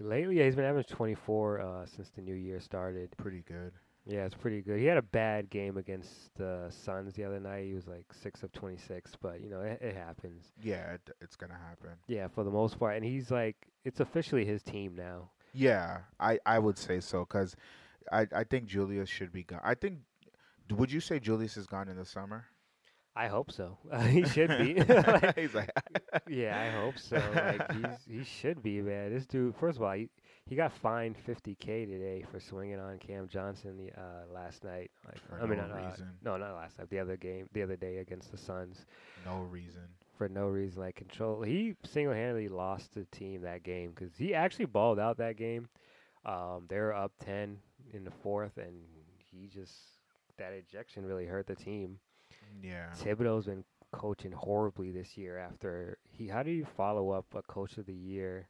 [SPEAKER 1] Lately, yeah, he's been averaging 24 uh, since the new year started.
[SPEAKER 2] Pretty good.
[SPEAKER 1] Yeah, it's pretty good. He had a bad game against the Suns the other night. He was like six of 26, but you know, it, it happens.
[SPEAKER 2] Yeah, it, it's gonna happen.
[SPEAKER 1] Yeah, for the most part, and he's like, it's officially his team now.
[SPEAKER 2] Yeah, I I would say so because I I think Julius should be gone. I think. Would you say Julius is gone in the summer?
[SPEAKER 1] I hope so. he should be. Like,
[SPEAKER 2] He's like,
[SPEAKER 1] Yeah, I hope so. Like he's, he should be, man. This dude, first of all, he, he got fined 50k today for swinging on Cam Johnson the, uh, last night. Like,
[SPEAKER 2] For
[SPEAKER 1] I mean,
[SPEAKER 2] no
[SPEAKER 1] not, uh,
[SPEAKER 2] reason.
[SPEAKER 1] no, not last night. The other game, the other day against the Suns
[SPEAKER 2] no reason.
[SPEAKER 1] for no reason. Like control. He single-handedly lost the team that game because he actually balled out that game. Um, they were up 10 in the fourth, and he just that ejection really hurt the team.
[SPEAKER 2] Yeah.
[SPEAKER 1] Thibodeau's been coaching horribly this year after he how do you follow up a coach of the year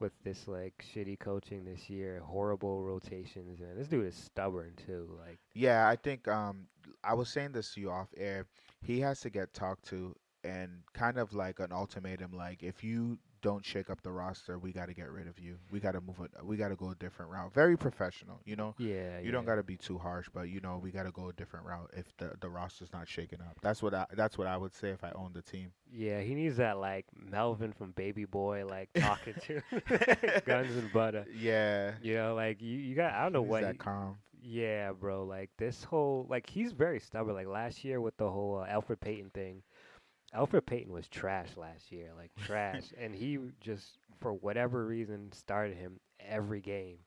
[SPEAKER 1] with this like shitty coaching this year, horrible rotations, and this dude is stubborn too. Like
[SPEAKER 2] Yeah, I think um I was saying this to you off air. He has to get talked to and kind of like an ultimatum like if you don't shake up the roster, we got to get rid of you. We got to move it. We got to go a different route. Very professional, you know.
[SPEAKER 1] yeah,
[SPEAKER 2] You
[SPEAKER 1] yeah.
[SPEAKER 2] don't got to be too harsh, but you know, we got to go a different route if the the roster's not shaken up. That's what I that's what I would say if I owned the team.
[SPEAKER 1] Yeah, he needs that like Melvin from Baby Boy like talking to guns and butter.
[SPEAKER 2] Yeah.
[SPEAKER 1] You know, like you, you got I don't know
[SPEAKER 2] He's
[SPEAKER 1] what
[SPEAKER 2] that
[SPEAKER 1] he-
[SPEAKER 2] calm.
[SPEAKER 1] Yeah, bro. Like this whole like he's very stubborn. Like last year with the whole uh, Alfred Payton thing, Alfred Payton was trash last year, like trash, and he just for whatever reason started him every game.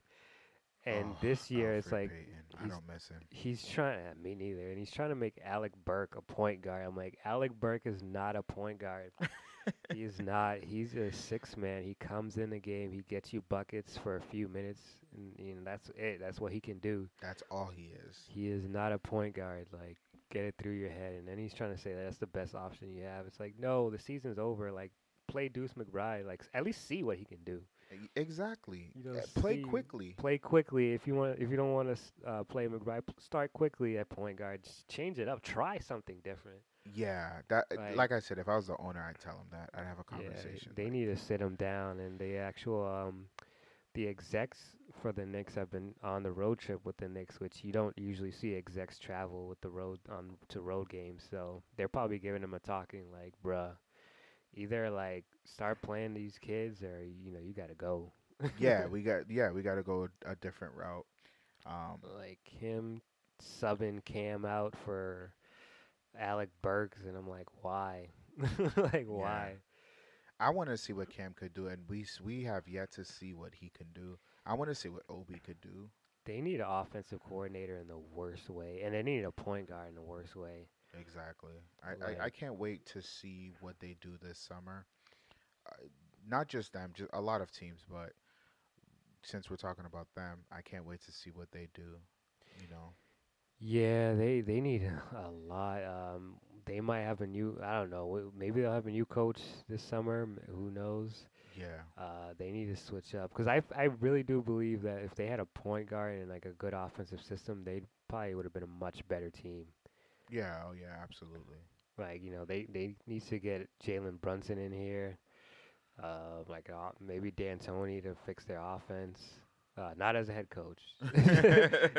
[SPEAKER 1] And
[SPEAKER 2] Oh,
[SPEAKER 1] this year it's
[SPEAKER 2] Alfred
[SPEAKER 1] like
[SPEAKER 2] Payton. I
[SPEAKER 1] he's-
[SPEAKER 2] don't miss him.
[SPEAKER 1] he's trying me neither, and he's trying to make Alec Burke a point guard. I'm like Alec Burke is not a point guard. he's not. He's a six man. He comes in the game. He gets you buckets for a few minutes, and you know that's it. That's what he can do.
[SPEAKER 2] That's all he is.
[SPEAKER 1] He is not a point guard. Like, get it through your head. And then he's trying to say that that's the best option you have. It's like, no, the season's over. Like, play Deuce McBride. Like, s- at least see what he can do.
[SPEAKER 2] E- Exactly.
[SPEAKER 1] You don't
[SPEAKER 2] Uh, Play
[SPEAKER 1] see-
[SPEAKER 2] quickly.
[SPEAKER 1] Play quickly if you want. If you don't want to uh, play McBride, p- start quickly at point guard. Just change it up. Try something different.
[SPEAKER 2] Yeah, that uh,
[SPEAKER 1] Like-
[SPEAKER 2] like, I said, if I was the owner, I'd tell him that. I'd have a conversation.
[SPEAKER 1] they
[SPEAKER 2] like,
[SPEAKER 1] need to sit him down. And the actual um, the execs for the Knicks have been on the road trip with the Knicks, which you don't usually see execs travel with the road on to road games. So they're probably giving him a talking like, "Bruh, either like start playing these kids, or you know you got to go."
[SPEAKER 2] yeah, we got yeah, we got to go a, a different route. Um,
[SPEAKER 1] like him subbing Cam out for Alec Burks, and I'm like, why? like why?
[SPEAKER 2] I want to see what Cam could do, and we s- we have yet to see what he can do. I want to see what Obi could do.
[SPEAKER 1] They need an offensive coordinator in the worst way, and they need a point guard in the worst way.
[SPEAKER 2] Exactly. I, I, I
[SPEAKER 1] Like-
[SPEAKER 2] can't wait to see what they do this summer. Uh, not just them, just a lot of teams, but since we're talking about them, I can't wait to see what they do. You know,
[SPEAKER 1] Yeah, they they need a lot. Um, they might have a new. I don't know. w- Maybe they'll have a new coach this summer. m- Who knows?
[SPEAKER 2] yeah,
[SPEAKER 1] Uh, they need to switch up because I f- I really do believe that if they had a point guard and like a good offensive system, they probably would have been a much better team.
[SPEAKER 2] yeah, oh yeah, absolutely.
[SPEAKER 1] Like you know, they they need to get Jalen Brunson in here. Uh, like uh, maybe D'Antoni to fix their offense. Uh, not as a head coach.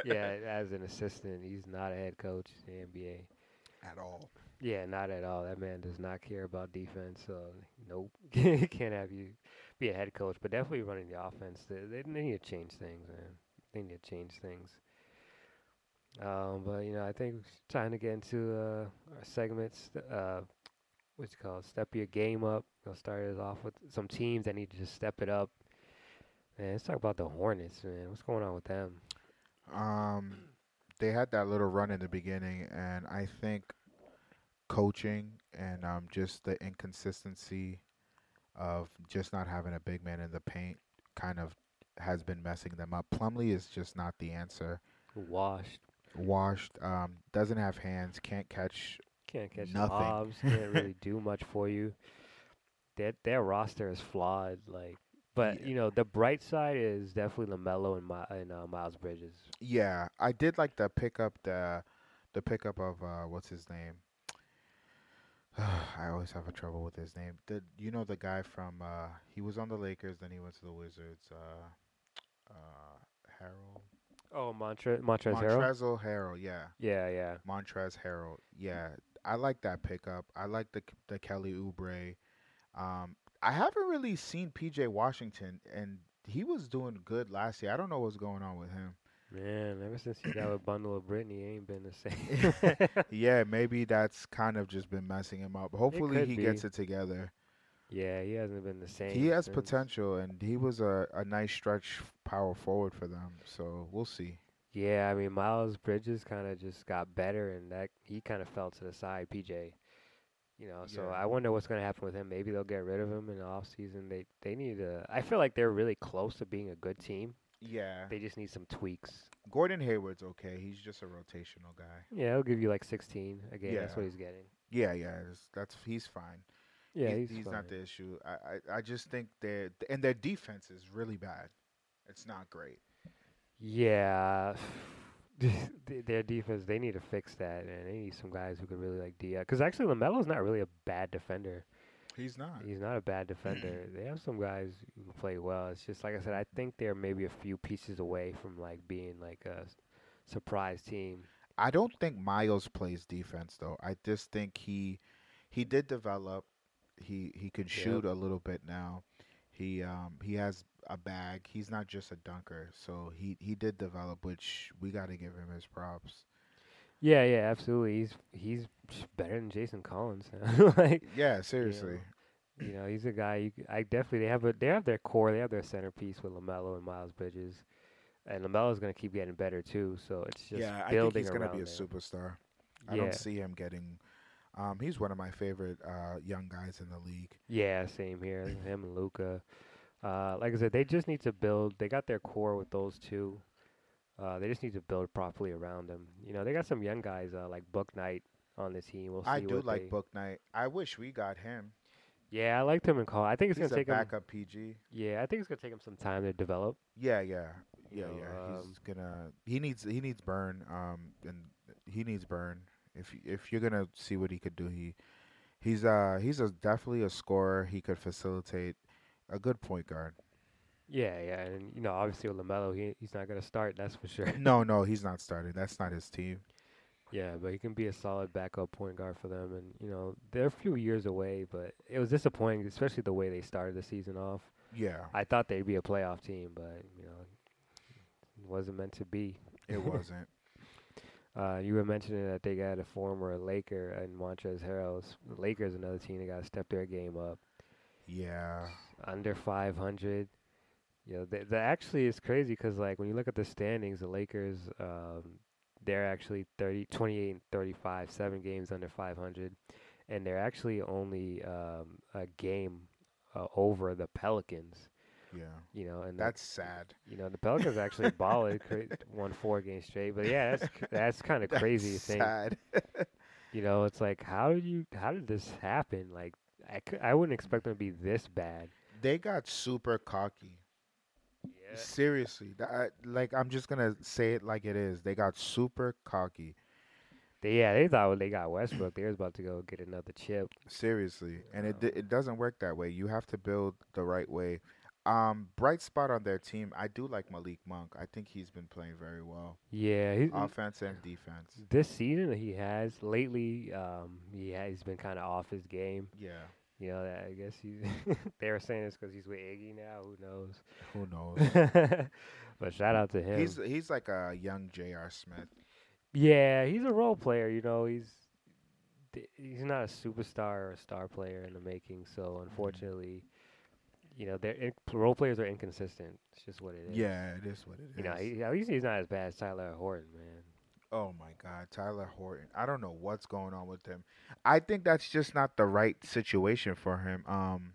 [SPEAKER 1] yeah, as an assistant, he's not a head coach in the NBA.
[SPEAKER 2] At all.
[SPEAKER 1] Yeah, not at all. That man does not care about defense. So nope, can't have you be a head coach, but definitely running the offense. They, they they need to change things, man. They need to change things. Um, but you know, I think it's time to get into uh, our segments. th- Uh, what's it called? Step your game up. I'll start us off with some teams that need to just step it up. Man, let's talk about the Hornets, man. What's going on with them?
[SPEAKER 2] Um, they had that little run in the beginning, and I think coaching and um, just the inconsistency of just not having a big man in the paint kind of has been messing them up. Plumlee is just not the answer.
[SPEAKER 1] Washed.
[SPEAKER 2] Washed, um, doesn't have hands, can't catch.
[SPEAKER 1] Can't catch
[SPEAKER 2] Nothing.
[SPEAKER 1] lobs. Can't really do much for you. That their roster is flawed. Like, but
[SPEAKER 2] Yeah.
[SPEAKER 1] you know the bright side is definitely Lamelo and My, and uh, Miles Bridges.
[SPEAKER 2] Yeah, I did like the pickup the the pickup of uh, what's his name. I always have a trouble with his name. The you know the guy from uh, he was on the Lakers, then he went to the Wizards. Uh, uh, Harold
[SPEAKER 1] Oh, Montre Montrezl Harrell.
[SPEAKER 2] Montrezl Harrell, yeah,
[SPEAKER 1] Yeah, yeah,
[SPEAKER 2] Montrez Harrell, yeah. I like that pickup. I like the the Kelly Oubre. Um, I haven't really seen PJ Washington, and he was doing good last year. I don't know what's going on with him.
[SPEAKER 1] man. Ever since he got with Bundle of Brittany, ain't been the same.
[SPEAKER 2] Yeah, maybe that's kind of just been messing him up. Hopefully
[SPEAKER 1] could
[SPEAKER 2] he
[SPEAKER 1] be.
[SPEAKER 2] gets it together.
[SPEAKER 1] yeah, he hasn't been the same.
[SPEAKER 2] He has
[SPEAKER 1] since.
[SPEAKER 2] potential and he was a, a nice stretch power forward for them. So we'll see.
[SPEAKER 1] Yeah, I mean Miles Bridges kind of just got better, and that he kind of fell to the side. PJ, you know, so
[SPEAKER 2] Yeah.
[SPEAKER 1] I wonder what's going to happen with him. Maybe they'll get rid of him in the off season. They they need to. I feel like they're really close to being a good team.
[SPEAKER 2] Yeah.
[SPEAKER 1] They just need some tweaks.
[SPEAKER 2] Gordon Hayward's okay. He's just a rotational guy.
[SPEAKER 1] Yeah, he'll give you like 16 again. That's
[SPEAKER 2] Yeah.
[SPEAKER 1] what he's getting.
[SPEAKER 2] Yeah, yeah. That's, that's he's fine.
[SPEAKER 1] Yeah,
[SPEAKER 2] He-
[SPEAKER 1] he's,
[SPEAKER 2] not
[SPEAKER 1] fine.
[SPEAKER 2] the issue. I, I, I just think their and their defense is really bad. It's not great.
[SPEAKER 1] Yeah. Th- Their defense, they need to fix that, and they need some guys who can really like DI. Because actually, Lamelo's not really a bad defender.
[SPEAKER 2] He's not.
[SPEAKER 1] He's not a bad defender. they have some guys who can play well. It's just like I said, I think they're maybe a few pieces away from like being like a s- surprise team.
[SPEAKER 2] I don't think Miles plays defense though. I just think he he did develop. He he can shoot a little bit now. He um he has a bag. He's not just a dunker. So he he did develop, which we got to give him his props.
[SPEAKER 1] Yeah, yeah, absolutely. He's he's better than Jason Collins. now. like
[SPEAKER 2] Yeah, seriously.
[SPEAKER 1] you know, he's a guy. You, c- I definitely they have a they have their core, they have their centerpiece with Lamelo and Miles Bridges, and Lamelo's gonna keep getting better too. So it's just
[SPEAKER 2] yeah, I think
[SPEAKER 1] building
[SPEAKER 2] he's gonna
[SPEAKER 1] around
[SPEAKER 2] be a
[SPEAKER 1] them.
[SPEAKER 2] superstar. I
[SPEAKER 1] yeah,
[SPEAKER 2] don't see him getting. Um, he's one of my favorite uh, young guys in the league.
[SPEAKER 1] yeah, same here. Him and Luca. Uh, like I said, they just need to build. They got their core with those two. Uh, they just need to build properly around them. You know, they got some young guys uh, like Buck Knight on the team. We'll see
[SPEAKER 2] I do
[SPEAKER 1] what
[SPEAKER 2] like
[SPEAKER 1] they-
[SPEAKER 2] Book Knight. I wish we got him.
[SPEAKER 1] Yeah, I liked him in call. I think it's
[SPEAKER 2] he's
[SPEAKER 1] gonna
[SPEAKER 2] a
[SPEAKER 1] take him.
[SPEAKER 2] backup PG.
[SPEAKER 1] Yeah, I think it's gonna take him some time to develop.
[SPEAKER 2] Yeah, yeah,
[SPEAKER 1] you
[SPEAKER 2] yeah,
[SPEAKER 1] know,
[SPEAKER 2] yeah.
[SPEAKER 1] um,
[SPEAKER 2] He's gonna. He needs. He needs burn. Um, and he needs burn. If y- if you're gonna see what he could do, he he's uh he's a definitely a scorer. He could facilitate a good point guard.
[SPEAKER 1] Yeah, yeah, and you know, obviously with Lamelo, he he's not gonna start, that's for sure.
[SPEAKER 2] No, no, he's not starting. That's not his team.
[SPEAKER 1] yeah, but he can be a solid backup point guard for them, and you know, they're a few years away, but it was disappointing, especially the way they started the season off.
[SPEAKER 2] Yeah,
[SPEAKER 1] I thought they'd be a playoff team, but you know, it wasn't meant to be.
[SPEAKER 2] it wasn't.
[SPEAKER 1] Uh, you were mentioning that they got a former Laker and Montrezl Harrell. The Lakers, another team that got to step their game up.
[SPEAKER 2] Yeah,
[SPEAKER 1] under 500. You know, th- that actually is crazy because, like, when you look at the standings, the Lakers, um, they're actually 30, 28 and 35, seven games under 500. And they're actually only um, a game uh, over the Pelicans,
[SPEAKER 2] yeah.
[SPEAKER 1] you know. And the-
[SPEAKER 2] That's sad.
[SPEAKER 1] you know, the Pelicans actually balled, cra- won four games straight. But yeah, that's c- that's kind of crazy to
[SPEAKER 2] That's
[SPEAKER 1] think.
[SPEAKER 2] Sad.
[SPEAKER 1] You know, it's like, how did you, how did this happen? Like, I, cou- I wouldn't expect them to be this bad.
[SPEAKER 2] They got super cocky.
[SPEAKER 1] Yeah.
[SPEAKER 2] Seriously, that, I- like I'm just gonna say it like it is. They got super cocky.
[SPEAKER 1] They, yeah, they thought when they got Westbrook, they was about to go get another chip.
[SPEAKER 2] Seriously, and it
[SPEAKER 1] Wow.
[SPEAKER 2] d- it doesn't work that way. You have to build the right way. Um, bright spot on their team. I do like Malik Monk. I think he's been playing very well,
[SPEAKER 1] Yeah, he,
[SPEAKER 2] offense and defense.
[SPEAKER 1] this season he has lately. Um, yeah, he's been kind of off his game.
[SPEAKER 2] Yeah,
[SPEAKER 1] You know, that I guess he's. they were saying this because he's with Iggy now. Who knows?
[SPEAKER 2] who knows?
[SPEAKER 1] but shout out to him.
[SPEAKER 2] he's he's like a young J.R. Smith.
[SPEAKER 1] yeah, he's a role player. You know, he's d- he's not a superstar or a star player in the making. So
[SPEAKER 2] Mm-hmm.
[SPEAKER 1] unfortunately, you know, they're in, role players are inconsistent. It's just what it is.
[SPEAKER 2] Yeah, it is what it is.
[SPEAKER 1] You know, he, at least he's not as bad as Tyler Horton, man.
[SPEAKER 2] Oh my God, Tyler Horton. I don't know what's going on with him. I think that's just not the right situation for him. Um,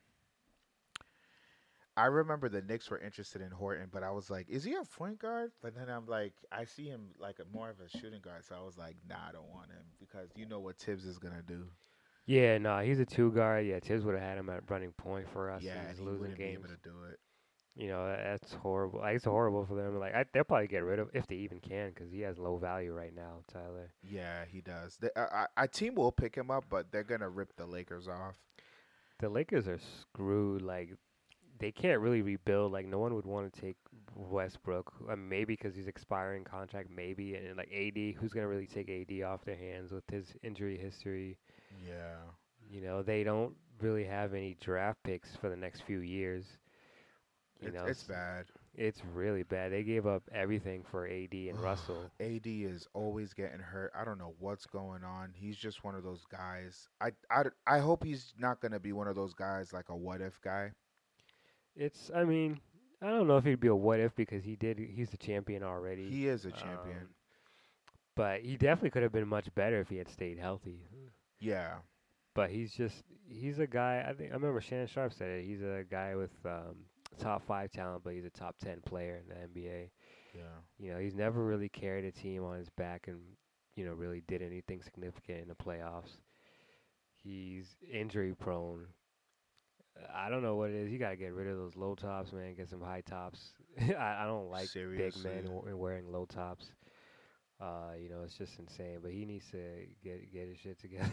[SPEAKER 2] I remember the Knicks were interested in Horton, but I was like, is he a point guard? But then I'm like, I see him like a, more of a shooting guard, so I was like, nah, I don't want him because you know what Tibbs is gonna do.
[SPEAKER 1] Yeah, no, he's a two guard. Yeah, Tibbs would have had him at running point for us.
[SPEAKER 2] yeah,
[SPEAKER 1] Yeah,
[SPEAKER 2] and
[SPEAKER 1] he's
[SPEAKER 2] he
[SPEAKER 1] losing
[SPEAKER 2] wouldn't be
[SPEAKER 1] games.
[SPEAKER 2] able to do it.
[SPEAKER 1] You know, that, that's horrible. Like, it's horrible for them. Like, I, they'll probably get rid of if they even can, because he has low value right now, Tyler.
[SPEAKER 2] Yeah, he does. The, uh, I, a team will pick him up, but they're gonna rip the Lakers off.
[SPEAKER 1] The Lakers are screwed. Like, they can't really rebuild. Like, no one would want to take Westbrook. Uh, maybe because he's expiring contract. Maybe and, like AD, who's gonna really take AD off their hands with his injury history?
[SPEAKER 2] Yeah.
[SPEAKER 1] You know, they don't really have any draft picks for the next few years. You
[SPEAKER 2] It's,
[SPEAKER 1] know,
[SPEAKER 2] it's
[SPEAKER 1] s-
[SPEAKER 2] bad.
[SPEAKER 1] It's really bad. They gave up everything for AD and Russell.
[SPEAKER 2] AD is always getting hurt. I don't know what's going on. He's just one of those guys. I, I, I hope he's not going to be one of those guys like a what if guy.
[SPEAKER 1] It's. I mean, I don't know if he'd be a what if because he did. He's the champion already.
[SPEAKER 2] He is a champion.
[SPEAKER 1] um, but he definitely could have been much better if he had stayed healthy.
[SPEAKER 2] yeah.
[SPEAKER 1] But he's just. He's a guy. I think I remember Shannon Sharp said it. He's a guy with um, top five talent, but he's a top ten player in the NBA.
[SPEAKER 2] Yeah.
[SPEAKER 1] You know, he's never really carried a team on his back and you know really did anything significant in the playoffs. He's injury prone. I don't know what it is. You gotta get rid of those low tops, man. Get some high tops. I, I don't like big
[SPEAKER 2] Seriously.
[SPEAKER 1] men w- wearing low tops. Uh, you know, it's just insane. But he needs to get get his shit together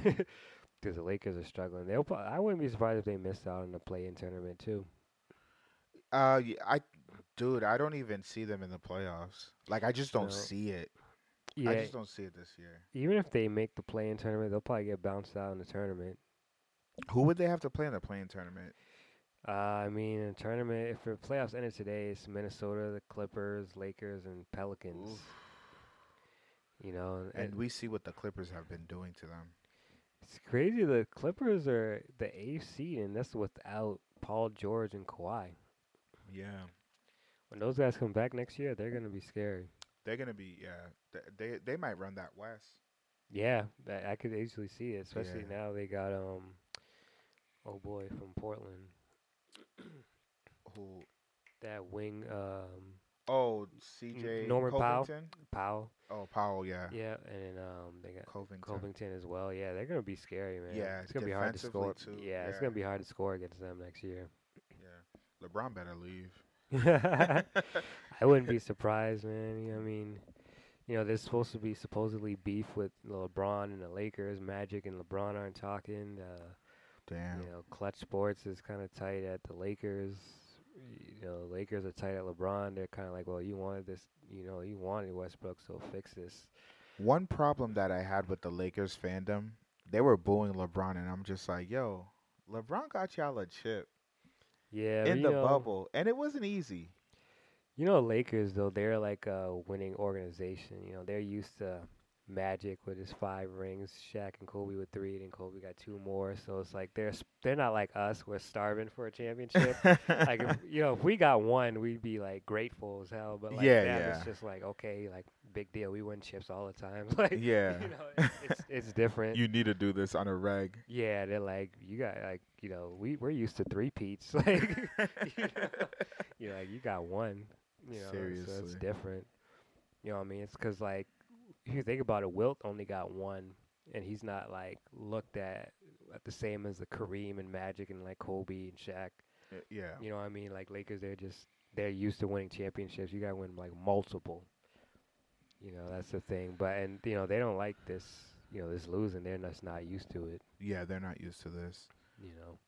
[SPEAKER 1] because the Lakers are struggling. They'll. Pro- I wouldn't be surprised if they missed out on the play-in tournament too.
[SPEAKER 2] Uh, y- I, dude, I don't even see them in the playoffs. Like, I just don't
[SPEAKER 1] No.
[SPEAKER 2] see it.
[SPEAKER 1] Yeah,
[SPEAKER 2] I just don't see it this year.
[SPEAKER 1] even if they make the play-in tournament, they'll probably get bounced out in the tournament.
[SPEAKER 2] Who would they have to play in the playing tournament?
[SPEAKER 1] Uh, I mean, in the tournament, if the playoffs ended today, it's Minnesota, the Clippers, Lakers, and Pelicans.
[SPEAKER 2] Oof.
[SPEAKER 1] You know, and,
[SPEAKER 2] And we see what the Clippers have been doing to them.
[SPEAKER 1] it's crazy. The Clippers are the eighth seed, and that's without Paul George and Kawhi.
[SPEAKER 2] Yeah.
[SPEAKER 1] When those guys come back next year, they're gonna be scary.
[SPEAKER 2] They're gonna be yeah. th- They they might run that west.
[SPEAKER 1] Yeah, I, I could easily see it, especially
[SPEAKER 2] Yeah.
[SPEAKER 1] now they got um, oh boy, from Portland,
[SPEAKER 2] Who?
[SPEAKER 1] that wing um
[SPEAKER 2] Oh, C.J.
[SPEAKER 1] Norman Powell.
[SPEAKER 2] Covington?
[SPEAKER 1] Powell.
[SPEAKER 2] Oh, Powell. Yeah.
[SPEAKER 1] Yeah, and then um they got
[SPEAKER 2] Covington.
[SPEAKER 1] Covington as well. Yeah, they're gonna be scary, man.
[SPEAKER 2] Yeah,
[SPEAKER 1] it's gonna be hard to
[SPEAKER 2] defensively
[SPEAKER 1] score.
[SPEAKER 2] too,
[SPEAKER 1] Yeah, it's
[SPEAKER 2] yeah.
[SPEAKER 1] gonna be hard to score against them next year.
[SPEAKER 2] Yeah. LeBron better leave.
[SPEAKER 1] I wouldn't be surprised, man. You know, I mean, you know, there's supposed to be supposedly beef with LeBron and the Lakers. Magic and LeBron aren't talking. Uh,
[SPEAKER 2] Damn.
[SPEAKER 1] You know, Clutch Sports is kind of tight at the Lakers. You know, Lakers are tight at LeBron. They're kind of like, well, you wanted this, you know, you wanted Westbrook, so fix this.
[SPEAKER 2] One problem that I had with the Lakers fandom, they were booing LeBron, and I'm just like, yo, LeBron got y'all a chip
[SPEAKER 1] Yeah, uh, but
[SPEAKER 2] in
[SPEAKER 1] you
[SPEAKER 2] the
[SPEAKER 1] know,
[SPEAKER 2] bubble, and it wasn't easy.
[SPEAKER 1] You know, Lakers though, they're like a winning organization. You know, they're used to Magic with his five rings, Shaq and Kobe with three, and Kobe got two more. So it's like they're s- they're not like us. We're starving for a championship. like if, you know, if we got one, we'd be like grateful as hell. But like
[SPEAKER 2] Yeah,
[SPEAKER 1] them,
[SPEAKER 2] yeah.
[SPEAKER 1] it's just like okay, like big deal. We win chips all the time. Like
[SPEAKER 2] yeah,
[SPEAKER 1] you know, it's it's, it's different.
[SPEAKER 2] you need to do this on a reg.
[SPEAKER 1] yeah, they're like you got like you know we we're used to three peats. Like you know, you're like you got one. You know, so it's
[SPEAKER 2] Seriously.
[SPEAKER 1] different. You know what I mean? It's because like if you think about it, Wilt only got one, and he's not like looked at at the same as the Kareem and Magic and like Kobe and Shaq.
[SPEAKER 2] Uh, yeah,
[SPEAKER 1] You know what I mean? Like Lakers, they're just they're used to winning championships. You gotta win like multiple. You know that's the thing. But and you know they don't like this. You know this losing. They're just not used to it.
[SPEAKER 2] yeah, they're not used to this.
[SPEAKER 1] You know.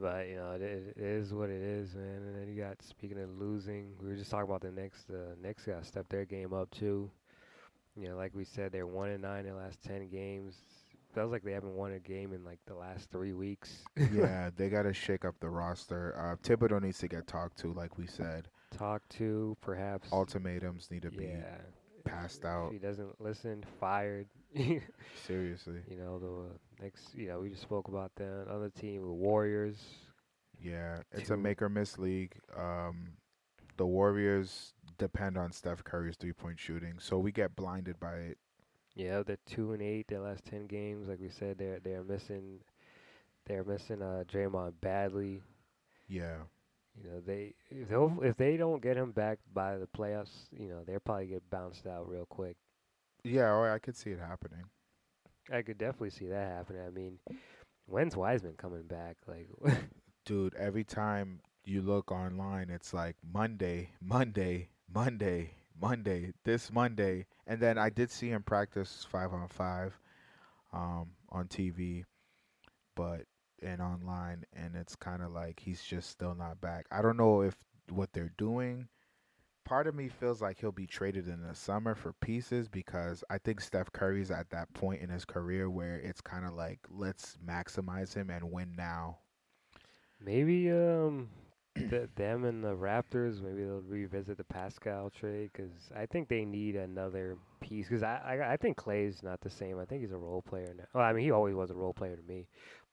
[SPEAKER 1] But you know it, it is what it is, man. And then you got speaking of losing, we were just talking about the Knicks. The Knicks got to step their game up too. You know, like we said, they're one and nine in the last ten games. Feels like they haven't won a game in like the last three weeks.
[SPEAKER 2] yeah, they gotta shake up the roster. Uh, Thibodeau needs to get talked to, like we said.
[SPEAKER 1] Talk to perhaps.
[SPEAKER 2] Ultimatums need to be
[SPEAKER 1] yeah.
[SPEAKER 2] passed
[SPEAKER 1] if
[SPEAKER 2] out.
[SPEAKER 1] he doesn't listen, fired. you
[SPEAKER 2] seriously.
[SPEAKER 1] know the next. You know we just spoke about the other team, the Warriors.
[SPEAKER 2] Yeah, it's a
[SPEAKER 1] Two.
[SPEAKER 2] make or miss league. Um, the Warriors depend on Steph Curry's three point shooting, so we get blinded by it.
[SPEAKER 1] Yeah, they're two and eight. Their last ten games, like we said, they're they're missing. They're missing uh, Draymond badly.
[SPEAKER 2] Yeah,
[SPEAKER 1] You know they if they'll- if they don't get him back by the playoffs, you know they'll probably get bounced out real quick.
[SPEAKER 2] yeah, oh, I could see it happening.
[SPEAKER 1] I could definitely see that happening. I mean, when's Wiseman coming back? Like,
[SPEAKER 2] Dude, every time you look online, it's like Monday, Monday, Monday, Monday, this Monday. And then I did see him practice five on five um, on TV, but and online, and it's kind of like he's just still not back. I don't know if what they're doing. Part of me feels like he'll be traded in the summer for pieces because I think Steph Curry's at that point in his career where it's kind of like let's maximize him and win now
[SPEAKER 1] Maybe um, th- them and the Raptors. Maybe they'll revisit the Pascal trade because I think they need another piece. Because I, I I think Clay's not the same. I think he's a role player now. Well, I mean, he always was a role player to me,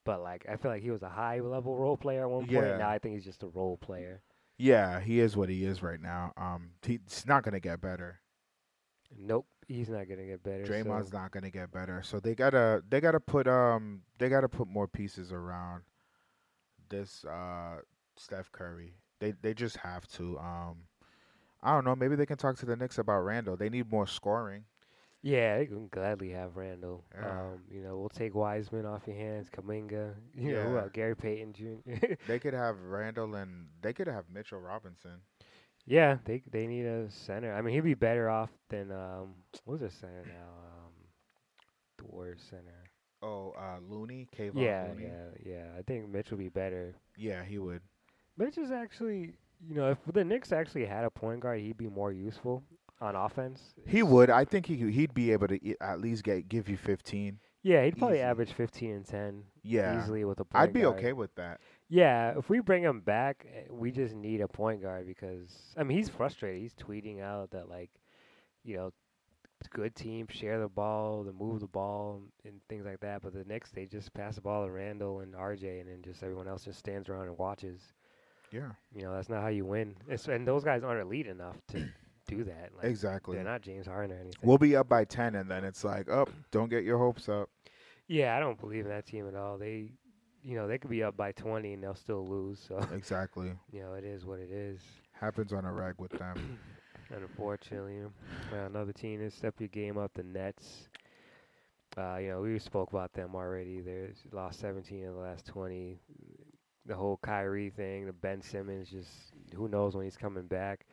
[SPEAKER 1] but like I feel like he was a high level role player at one point.
[SPEAKER 2] Yeah.
[SPEAKER 1] Now I think he's just a role player.
[SPEAKER 2] Yeah, he is what he is right now. Um, he's not gonna get better.
[SPEAKER 1] Nope, he's not gonna get better. so-
[SPEAKER 2] Draymond's not gonna get better. So they gotta they gotta put um they gotta put more pieces around this uh Steph Curry. They they just have to. Um, I don't know. Maybe they can talk to the Knicks about Randall. They need more scoring.
[SPEAKER 1] Yeah, they can gladly have Randall.
[SPEAKER 2] Yeah.
[SPEAKER 1] Um, you know, we'll take Wiseman off your hands, Kaminga, you know, who
[SPEAKER 2] Yeah.
[SPEAKER 1] else? Gary Payton Jr.
[SPEAKER 2] They could have Randall and they could have Mitchell Robinson.
[SPEAKER 1] yeah, they they need a center. I mean, he'd be better off than um, what's their center now? Um, the Warriors center.
[SPEAKER 2] Oh, uh, Looney, Kayvon
[SPEAKER 1] yeah,
[SPEAKER 2] Looney.
[SPEAKER 1] yeah, yeah. I think Mitch would be better.
[SPEAKER 2] Yeah, he would.
[SPEAKER 1] Mitch is actually, you know, if the Knicks actually had a point guard, he'd be more useful on offense.
[SPEAKER 2] He would. I think he could- he'd be able to e- at least get give you 15.
[SPEAKER 1] Yeah, he'd probably
[SPEAKER 2] Easy.
[SPEAKER 1] average 15 and 10
[SPEAKER 2] Yeah.
[SPEAKER 1] easily with a point
[SPEAKER 2] I'd be
[SPEAKER 1] guard.
[SPEAKER 2] okay with that.
[SPEAKER 1] Yeah, if we bring him back, eh, we just need a point guard because I mean he's frustrated. He's tweeting out that like, you know, good teams share the ball, they move the ball and things like that. But the Knicks they just pass the ball to Randall and RJ, and then just everyone else just stands around and watches.
[SPEAKER 2] Yeah.
[SPEAKER 1] You know, that's not how you win. It's, and those guys aren't elite enough to do that. Like
[SPEAKER 2] Exactly.
[SPEAKER 1] they're not James Harden or anything.
[SPEAKER 2] We'll be up by 10 and then it's like, "Up, don't get your hopes up."
[SPEAKER 1] yeah, I don't believe in that team at all. They, you know, they could be up by 20 and they'll still lose. So
[SPEAKER 2] Exactly.
[SPEAKER 1] you know, it is what it is.
[SPEAKER 2] Happens on a rag with them.
[SPEAKER 1] Unfortunately, well, another team that stepped your game up, the Nets. Uh, you know, we spoke about them already. They lost 17 in the last 20. The whole Kyrie thing, the Ben Simmons, just who knows when he's coming back.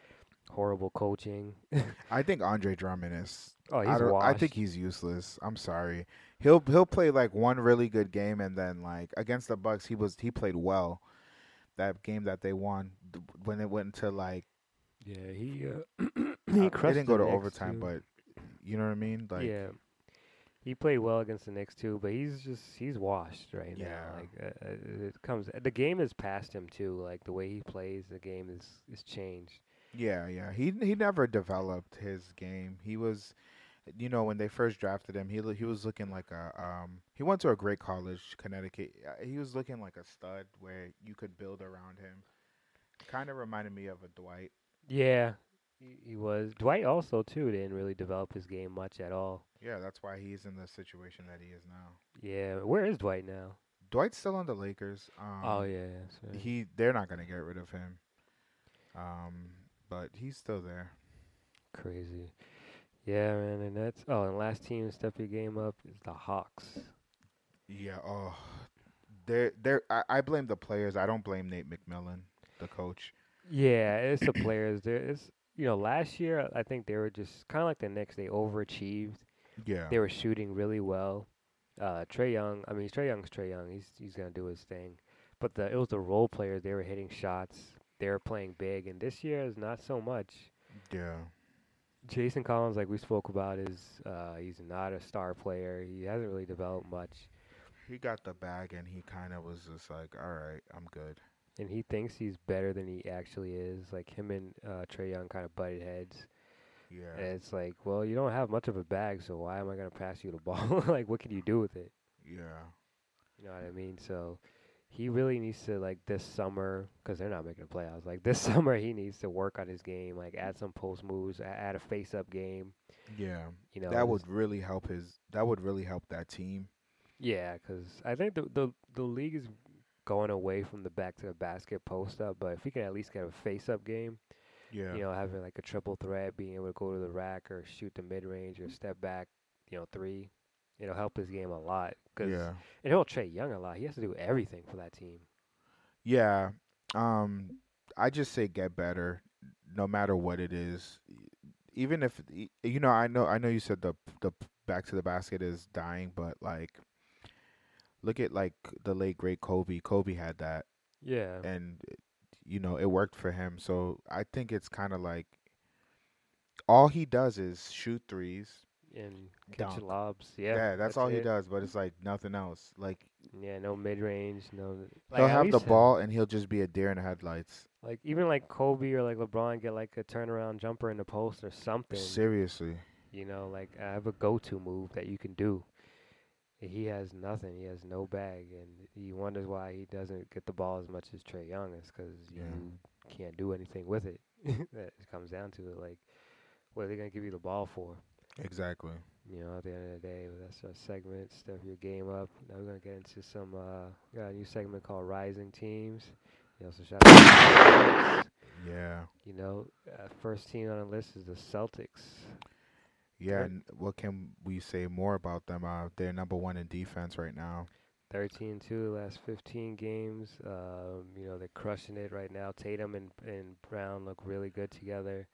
[SPEAKER 1] Horrible coaching.
[SPEAKER 2] I think Andre Drummond is
[SPEAKER 1] Oh, he's
[SPEAKER 2] I, don't, I
[SPEAKER 1] washed.
[SPEAKER 2] think he's useless. I'm sorry. He'll he'll play like one really good game and then like against the Bucks he was he played well. That game that they won th- when it went to like
[SPEAKER 1] yeah, he uh,
[SPEAKER 2] uh,
[SPEAKER 1] he
[SPEAKER 2] it
[SPEAKER 1] crushed
[SPEAKER 2] didn't go
[SPEAKER 1] the
[SPEAKER 2] to
[SPEAKER 1] Knicks,
[SPEAKER 2] overtime,
[SPEAKER 1] too.
[SPEAKER 2] but you know what I mean? Like
[SPEAKER 1] yeah, he played well against the Knicks too, but he's just he's washed right
[SPEAKER 2] Yeah.
[SPEAKER 1] now. Like uh, uh, it comes, the game has passed him too. Like the way he plays, the game is is changed.
[SPEAKER 2] Yeah, yeah. He he never developed his game. He was, you know, when they first drafted him, he loo- he was looking like a um. He went to a great college, Connecticut. Uh, He was looking like a stud where you could build around him. Kind of reminded me of a Dwight.
[SPEAKER 1] Yeah, he, he was. Dwight also too didn't really develop his game much at all.
[SPEAKER 2] Yeah, that's why he's in the situation that he is now.
[SPEAKER 1] Yeah, where is Dwight now?
[SPEAKER 2] Dwight's still on the Lakers. Um,
[SPEAKER 1] oh yeah, yeah, that's right.
[SPEAKER 2] He they're not gonna get rid of him. Um, but he's still there.
[SPEAKER 1] crazy. Yeah, man, and that's oh, and last team to step your game up is the Hawks.
[SPEAKER 2] Yeah. Oh, they're they're. I, I blame the players. I don't blame Nate McMillan, the coach.
[SPEAKER 1] Yeah, it's the players. There is you know last year I think they were just kind of like the Knicks. They overachieved.
[SPEAKER 2] Yeah.
[SPEAKER 1] They were shooting really well. Uh, Trey Young, I mean Trey Young's Trey Young. He's he's gonna do his thing. But the it was the role players. They were hitting shots. They were playing big, and this year is not so much.
[SPEAKER 2] Yeah.
[SPEAKER 1] Jason Collins, like we spoke about, is uh, he's not a star player. He hasn't really developed much,
[SPEAKER 2] He got the bag and he kind of was just like, all right, I'm good.
[SPEAKER 1] and he thinks he's better than he actually is. Like him and uh, Trey Young kind of butted heads, and
[SPEAKER 2] Yeah.
[SPEAKER 1] it's like, well, you don't have much of a bag, so why am I gonna pass you the ball? like, what can you do with it?
[SPEAKER 2] Yeah.
[SPEAKER 1] You know what I mean? So he really needs to like this summer because they're not making the playoffs. Like this summer, he needs to work on his game. Like add some post moves, a- add a face up game.
[SPEAKER 2] Yeah.
[SPEAKER 1] You know
[SPEAKER 2] that
[SPEAKER 1] just-
[SPEAKER 2] would really help his. That would really help that team.
[SPEAKER 1] Yeah, because I think the, the the league is going away from the back to the basket post up, but if we can at least get a face up game,
[SPEAKER 2] Yeah.
[SPEAKER 1] you know, having like a triple threat, being able to go to the rack or shoot the mid range or step back, you know, three, it'll help his game a lot. Cause
[SPEAKER 2] yeah.
[SPEAKER 1] it helped Trey Young a lot. He has to do everything for that team.
[SPEAKER 2] Yeah. Um, I just say get better, no matter what it is. e, Even if y- you know, I know, I know you said the the back to the basket is dying, but like, look at like the late great Kobe. Kobe had that.
[SPEAKER 1] Yeah.
[SPEAKER 2] and eh, you know it worked for him so i think it's kind of like all he does is shoot threes
[SPEAKER 1] And catch
[SPEAKER 2] dunk.
[SPEAKER 1] lobs. Yeah.
[SPEAKER 2] yeah, that's, all he
[SPEAKER 1] it.
[SPEAKER 2] does but it's like nothing else like
[SPEAKER 1] Yeah, no mid range, no like,
[SPEAKER 2] he'll
[SPEAKER 1] at
[SPEAKER 2] have the
[SPEAKER 1] least him.
[SPEAKER 2] ball and he'll just be a deer in the headlights
[SPEAKER 1] Like even like Kobe or like LeBron get like a turnaround jumper in the post or something.
[SPEAKER 2] seriously
[SPEAKER 1] You know, like I have a go-to move that you can do. And He has nothing. He has no bag, and he wonders why he doesn't get the ball as much as Trey Young. It's because
[SPEAKER 2] Yeah.
[SPEAKER 1] you can't do anything with it. that it comes down to it. Like, what are they gonna give you the ball for?
[SPEAKER 2] exactly
[SPEAKER 1] You know, at the end of the day, that's our segment. Step your game up. Now we're gonna get into some. Uh, got a new segment called Rising Teams. You know, so shout out to the Celtics.
[SPEAKER 2] Yeah.
[SPEAKER 1] You know, uh, first team on the list is the Celtics.
[SPEAKER 2] Yeah,
[SPEAKER 1] Right.
[SPEAKER 2] and what can we say more about them? Uh, they're number one in defense right now.
[SPEAKER 1] 13 2 the last 15 games. Um, you know, they're crushing it right now. Tatum and, and Brown look really good together.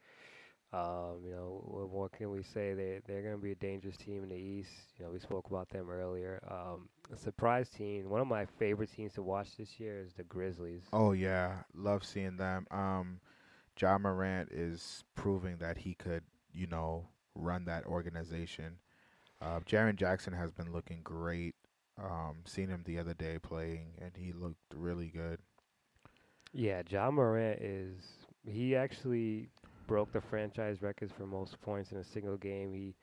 [SPEAKER 1] Um, you know, what more can we say? They, they're going to be a dangerous team in the East. You know, we spoke about them earlier. Um, a surprise team. One of my favorite teams to watch this year is the Grizzlies.
[SPEAKER 2] Oh yeah, love seeing them. Um, John Morant is proving that he could, you know, run that organization. Uh, Jaron Jackson has been looking great. Um, seen him the other day playing, and he looked really good.
[SPEAKER 1] Yeah, John Morant is. He actually broke the franchise records for most points in a single game. He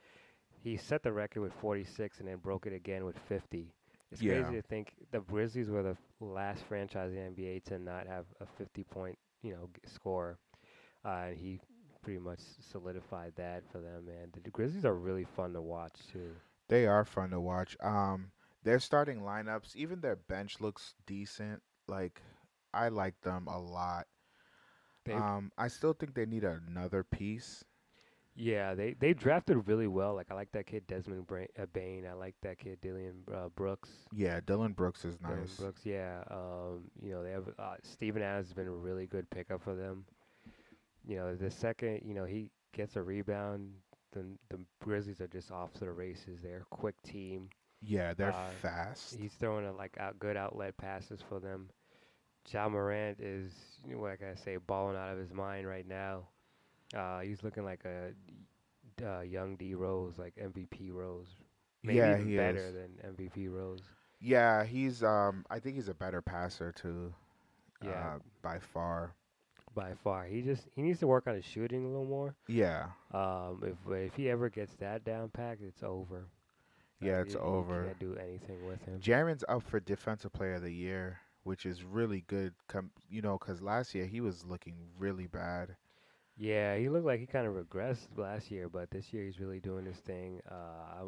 [SPEAKER 1] he set the record with 46 and then broke it again with 50. It's
[SPEAKER 2] Yeah.
[SPEAKER 1] crazy to think the Grizzlies were the f- last franchise in the NBA to not have a 50 point you know g- score, uh, and he pretty much solidified that for them. Man, the Grizzlies are really fun to watch too.
[SPEAKER 2] They are fun to watch. Um, their starting lineups, even their bench looks decent. Like, I like them a lot.
[SPEAKER 1] They,
[SPEAKER 2] Um, I still think they need another piece.
[SPEAKER 1] Yeah, they they drafted really well. Like I like that kid Desmond Bra- uh, Bain. I like that kid Dillian uh, Brooks.
[SPEAKER 2] Yeah, Dylan Brooks is
[SPEAKER 1] Dylan
[SPEAKER 2] nice.
[SPEAKER 1] Brooks, yeah. Um, you know, they have uh, Steven Adams has been a really good pickup for them. You know, the second, you know, he gets a rebound, then the Grizzlies are just off to the races. They're a quick team.
[SPEAKER 2] Yeah, they're
[SPEAKER 1] Uh,
[SPEAKER 2] fast.
[SPEAKER 1] He's throwing a, like out good outlet passes for them. John Morant is you know, what can I say, balling out of his mind right now. Uh, he's looking like a d- uh, young D Rose, like MVP Rose. Maybe
[SPEAKER 2] yeah,
[SPEAKER 1] even
[SPEAKER 2] he
[SPEAKER 1] better
[SPEAKER 2] is.
[SPEAKER 1] than MVP Rose.
[SPEAKER 2] Yeah, he's. Um, I think he's a better passer too.
[SPEAKER 1] Yeah,
[SPEAKER 2] Uh, by far.
[SPEAKER 1] by far. He just he needs to work on his shooting a little more.
[SPEAKER 2] Yeah,
[SPEAKER 1] Um, if but if he ever gets that down packed, it's over.
[SPEAKER 2] yeah,
[SPEAKER 1] Like,
[SPEAKER 2] it's
[SPEAKER 1] you- you
[SPEAKER 2] over.
[SPEAKER 1] can't do anything with him.
[SPEAKER 2] Jaron's up for Defensive Player of the Year, which is really good. Com- you know, because last year he was looking really bad.
[SPEAKER 1] Yeah, he looked like he kind of regressed last year, but this year he's really doing his thing. Uh,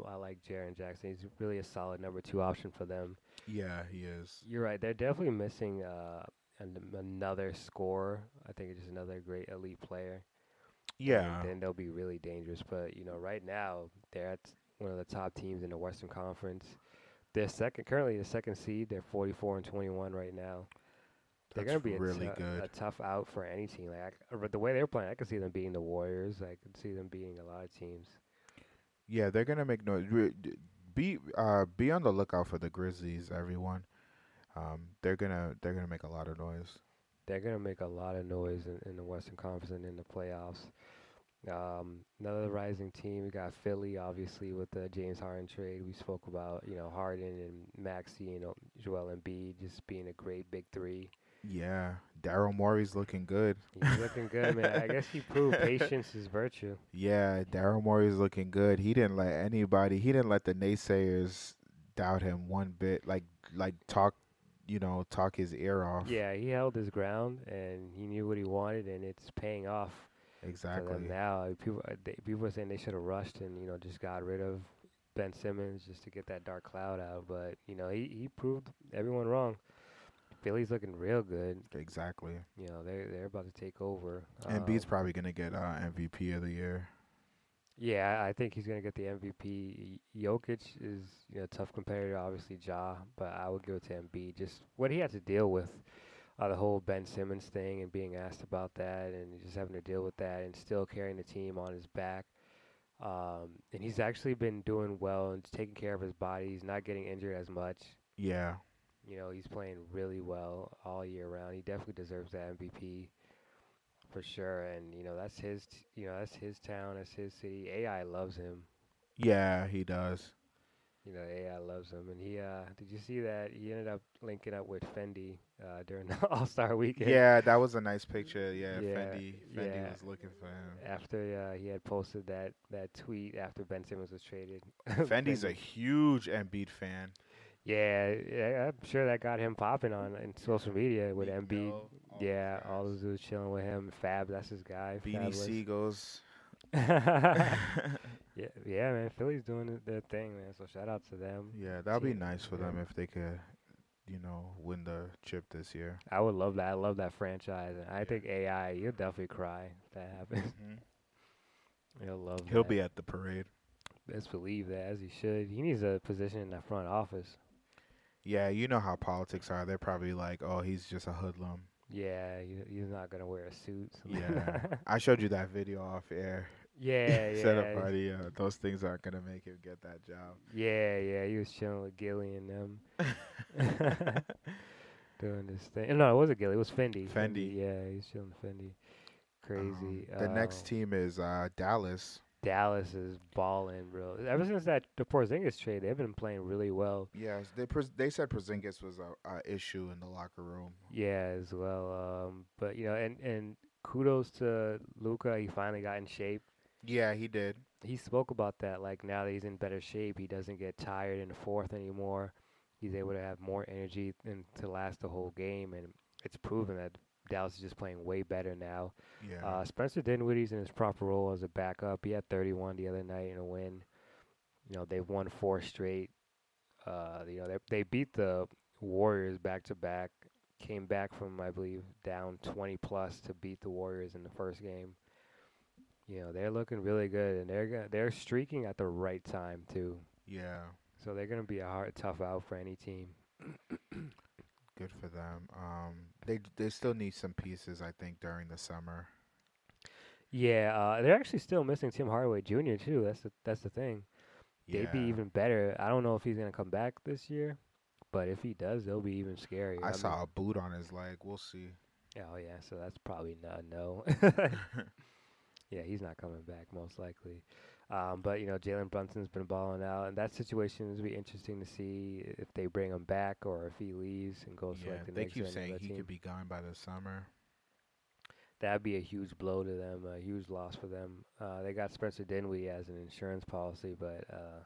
[SPEAKER 1] I, I like Jaron Jackson. He's really a solid number two option for them.
[SPEAKER 2] Yeah, he is.
[SPEAKER 1] You're right. They're definitely missing uh, an, another scorer. I think it's just another great elite player. and
[SPEAKER 2] Yeah,
[SPEAKER 1] then they'll be really dangerous. But you know, right now they're at one of the top teams in the Western Conference. They're second, currently the second seed. They're 44 and 21 right now. They're
[SPEAKER 2] that's
[SPEAKER 1] gonna be a
[SPEAKER 2] really
[SPEAKER 1] tou-
[SPEAKER 2] good.
[SPEAKER 1] a tough out for any team. Like I c- uh, but the way they're playing, I could see them beating the Warriors. I could see them beating a lot of teams.
[SPEAKER 2] Yeah, they're gonna make noise. Re- d- Be uh, be on the lookout for the Grizzlies, everyone. Um, they're gonna they're gonna make a lot of noise.
[SPEAKER 1] They're gonna make a lot of noise in, in the Western Conference and in the playoffs. Um, another rising team. We got Philly, obviously, with the James Harden trade. We spoke about, you know, Harden and Maxi and uh, Joel Embiid just being a great big three.
[SPEAKER 2] Yeah, Daryl Morey's looking good.
[SPEAKER 1] He's looking good, man. I guess he proved patience is virtue.
[SPEAKER 2] Yeah, Daryl Morey's looking good. He didn't let anybody. He didn't let the naysayers doubt him one bit. Like like talk, you know, talk his ear off.
[SPEAKER 1] Yeah, he held his ground and he knew what he wanted, and it's paying off for
[SPEAKER 2] exactly.
[SPEAKER 1] them now. Uh, People, uh, they, people are saying they should have rushed and you know just got rid of Ben Simmons just to get that dark cloud out, but you know he he proved everyone wrong. Philly's looking real good.
[SPEAKER 2] Exactly.
[SPEAKER 1] you know they're they're about to take over.
[SPEAKER 2] And B's
[SPEAKER 1] Um,
[SPEAKER 2] probably gonna get uh, MVP of the year.
[SPEAKER 1] yeah, I I think he's gonna get the MVP. Y- Jokic is you know tough competitor, obviously Ja, but I would give it to Embiid. Just what he had to deal with, uh, the whole Ben Simmons thing and being asked about that, and just having to deal with that, and still carrying the team on his back. Um, and he's actually been doing well and taking care of his body. He's not getting injured as much.
[SPEAKER 2] Yeah.
[SPEAKER 1] You know he's playing really well all year round. He definitely deserves that MVP. For sure, and you know that's his, t- you know that's his town, that's his city. AI loves him.
[SPEAKER 2] Yeah, he does.
[SPEAKER 1] You know AI loves him, and he. uh Did you see that he ended up linking up with Fendi uh, during the All Star Weekend?
[SPEAKER 2] Yeah, that was a nice picture. Yeah,
[SPEAKER 1] Yeah,
[SPEAKER 2] Fendi Fendi
[SPEAKER 1] yeah.
[SPEAKER 2] was looking for him.
[SPEAKER 1] After uh, he had posted that that tweet after Ben Simmons was traded.
[SPEAKER 2] Fendi's a
[SPEAKER 1] Fendi-
[SPEAKER 2] huge Embiid fan.
[SPEAKER 1] Yeah, yeah, I'm sure that got him popping on in social media with
[SPEAKER 2] You
[SPEAKER 1] Embiid.
[SPEAKER 2] know, all those
[SPEAKER 1] yeah, all
[SPEAKER 2] guys.
[SPEAKER 1] those dudes chilling with him. Fab, that's his guy.
[SPEAKER 2] Beanie Seagulls.
[SPEAKER 1] Fabulous.
[SPEAKER 2] yeah,
[SPEAKER 1] Yeah, yeah, man. Philly's doing th- their thing, man. So shout out to them.
[SPEAKER 2] that'd be
[SPEAKER 1] Team-
[SPEAKER 2] nice for them
[SPEAKER 1] yeah.
[SPEAKER 2] if they could you know, win the chip this year.
[SPEAKER 1] I would love that. I love that franchise. And I think AI, you'll definitely cry if that happens. you'll love
[SPEAKER 2] He'll
[SPEAKER 1] that.
[SPEAKER 2] be at the parade.
[SPEAKER 1] Let's believe that, as he should. He needs a position in the front office.
[SPEAKER 2] Yeah, you know how politics are. They're probably like, "Oh, he's just a hoodlum."
[SPEAKER 1] Yeah, he, he's not going to wear a suit. so-
[SPEAKER 2] Yeah. I showed you that video off air.
[SPEAKER 1] yeah, yeah.
[SPEAKER 2] Set up party. Uh, those things aren't gonna make him get that job.
[SPEAKER 1] Yeah, yeah, he was chilling with Gilly and them, doing this thing. No, it wasn't Gilly. It was Fendi.
[SPEAKER 2] Fendi.
[SPEAKER 1] Yeah, he was chilling with Fendi.
[SPEAKER 2] Um,
[SPEAKER 1] Crazy.
[SPEAKER 2] the
[SPEAKER 1] Um,
[SPEAKER 2] next team is uh, Dallas.
[SPEAKER 1] Dallas is balling, bro. Ever since that the Porzingis trade, they've been playing really well.
[SPEAKER 2] Yes, they pres- they said Porzingis was a, a issue in the locker room.
[SPEAKER 1] Yeah, as well. Um, but you know, and and kudos to Luca. He finally got in shape.
[SPEAKER 2] Yeah, he did.
[SPEAKER 1] He spoke about that. Like now that he's in better shape, he doesn't get tired in the fourth anymore. He's able to have more energy and to last the whole game, and it's proven that Dallas is just playing way better now.
[SPEAKER 2] Yeah,
[SPEAKER 1] Uh, Spencer Dinwiddie's in his proper role as a backup. He had 31 the other night in a win. You know, they've won four straight. Uh, you know, they they beat the Warriors back to back. Came back from I believe down 20 plus to beat the Warriors in the first game. You know, they're looking really good, and they're gonna, they're streaking at the right time too.
[SPEAKER 2] yeah,
[SPEAKER 1] So they're gonna be a hard, tough out for any team.
[SPEAKER 2] good for them. Um, they they still need some pieces, I think, during the summer.
[SPEAKER 1] Yeah, uh, they're actually still missing Tim Hardaway Jr. too. That's the that's the thing.
[SPEAKER 2] Yeah.
[SPEAKER 1] they'd be even better. I don't know if he's gonna come back this year, but if he does, they'll be even scarier.
[SPEAKER 2] I
[SPEAKER 1] mean-
[SPEAKER 2] saw a boot on his leg. We'll see.
[SPEAKER 1] oh yeah, so that's probably not a no. yeah, he's not coming back most likely. Um, but you know, Jalen Brunson's been balling out, and that situation is be interesting to see if they bring him back or if he leaves and goes to
[SPEAKER 2] yeah,
[SPEAKER 1] like the
[SPEAKER 2] they
[SPEAKER 1] next
[SPEAKER 2] keep
[SPEAKER 1] another
[SPEAKER 2] saying he
[SPEAKER 1] team.
[SPEAKER 2] could be gone by the summer.
[SPEAKER 1] That'd be a huge blow to them, a huge loss for them. Uh, they got Spencer Dinwiddie as an insurance policy, but uh,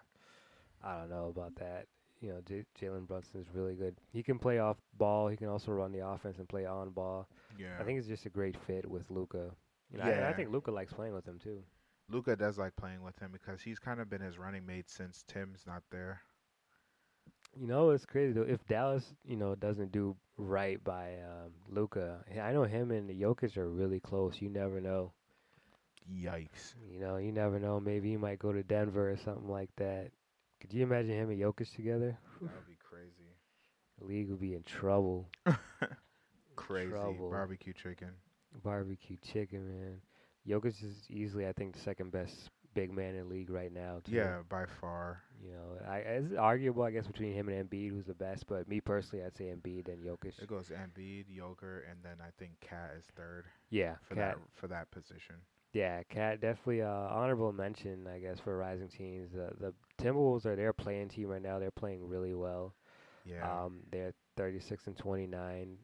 [SPEAKER 1] I don't know about that. You know, J- Jalen Brunson is really good. He can play off ball. He can also run the offense and play on ball.
[SPEAKER 2] Yeah,
[SPEAKER 1] I think he's just a great fit with Luca. You know, yeah. I,
[SPEAKER 2] Yeah.
[SPEAKER 1] think Luca likes playing with him too.
[SPEAKER 2] Luca does like playing with him because he's kind of been his running mate since Tim's not there.
[SPEAKER 1] You know, it's crazy though. If Dallas, you know, doesn't do right by um, Luca, I know him and Jokic are really close. You never know.
[SPEAKER 2] Yikes!
[SPEAKER 1] You know, you never know. Maybe he might go to Denver or something like that. Could you imagine him and Jokic together?
[SPEAKER 2] That would be crazy.
[SPEAKER 1] The league would be in trouble.
[SPEAKER 2] Crazy
[SPEAKER 1] Trouble.
[SPEAKER 2] barbecue chicken.
[SPEAKER 1] Barbecue chicken, man. Jokic is easily, I think, the second best big man in the league right now. too.
[SPEAKER 2] Yeah, by far.
[SPEAKER 1] You know, I, it's arguable, I guess, between him and Embiid, who's the best. But me personally, I'd say Embiid and Jokic.
[SPEAKER 2] It goes Embiid, Joker, and then I think Cat is third
[SPEAKER 1] Yeah,
[SPEAKER 2] for
[SPEAKER 1] Cat.
[SPEAKER 2] that for that position.
[SPEAKER 1] Yeah, Cat definitely uh, honorable mention, I guess, for rising teams. The the Timberwolves are their playing team right now. They're playing really well.
[SPEAKER 2] Yeah.
[SPEAKER 1] Um, they're 36 and 29.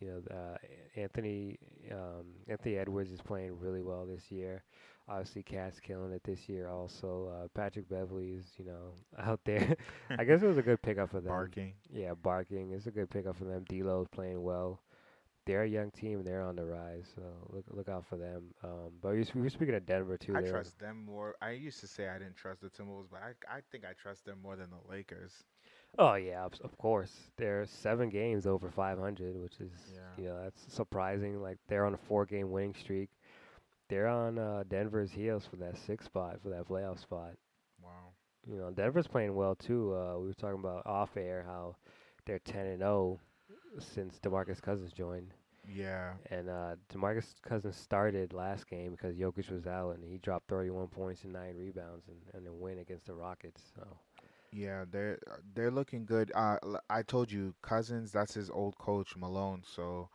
[SPEAKER 1] You know, th- uh, Anthony um, Anthony Edwards is playing really well this year. Obviously, Cat's killing it this year. Also, uh, Patrick Beverly is you know out there. I guess it was a good pickup for them.
[SPEAKER 2] Barking.
[SPEAKER 1] Yeah, barking. It's a good pickup for them. D'Lo's playing well. They're a young team. and They're on the rise. So look look out for them. Um, but we were sp- we were speaking of Denver too.
[SPEAKER 2] I
[SPEAKER 1] They were-
[SPEAKER 2] trust them more. I used to say I didn't trust the Timberwolves, but I I think I trust them more than the Lakers.
[SPEAKER 1] Oh yeah, of s- of course. They're seven games over 500, which is
[SPEAKER 2] Yeah.
[SPEAKER 1] you know that's surprising. Like they're on a four-game winning streak. They're on uh, Denver's heels for that sixth spot for that playoff spot.
[SPEAKER 2] Wow.
[SPEAKER 1] You know Denver's playing well too. Uh, we were talking about off air how they're 10 and 0 since DeMarcus Cousins joined,
[SPEAKER 2] Yeah.
[SPEAKER 1] and uh, DeMarcus Cousins started last game because Jokic was out, and he dropped 31 points and nine rebounds and, and a win against the Rockets. So
[SPEAKER 2] Yeah, they're uh, they're looking good. Uh, l- I told you, Cousins, that's his old coach Malone, so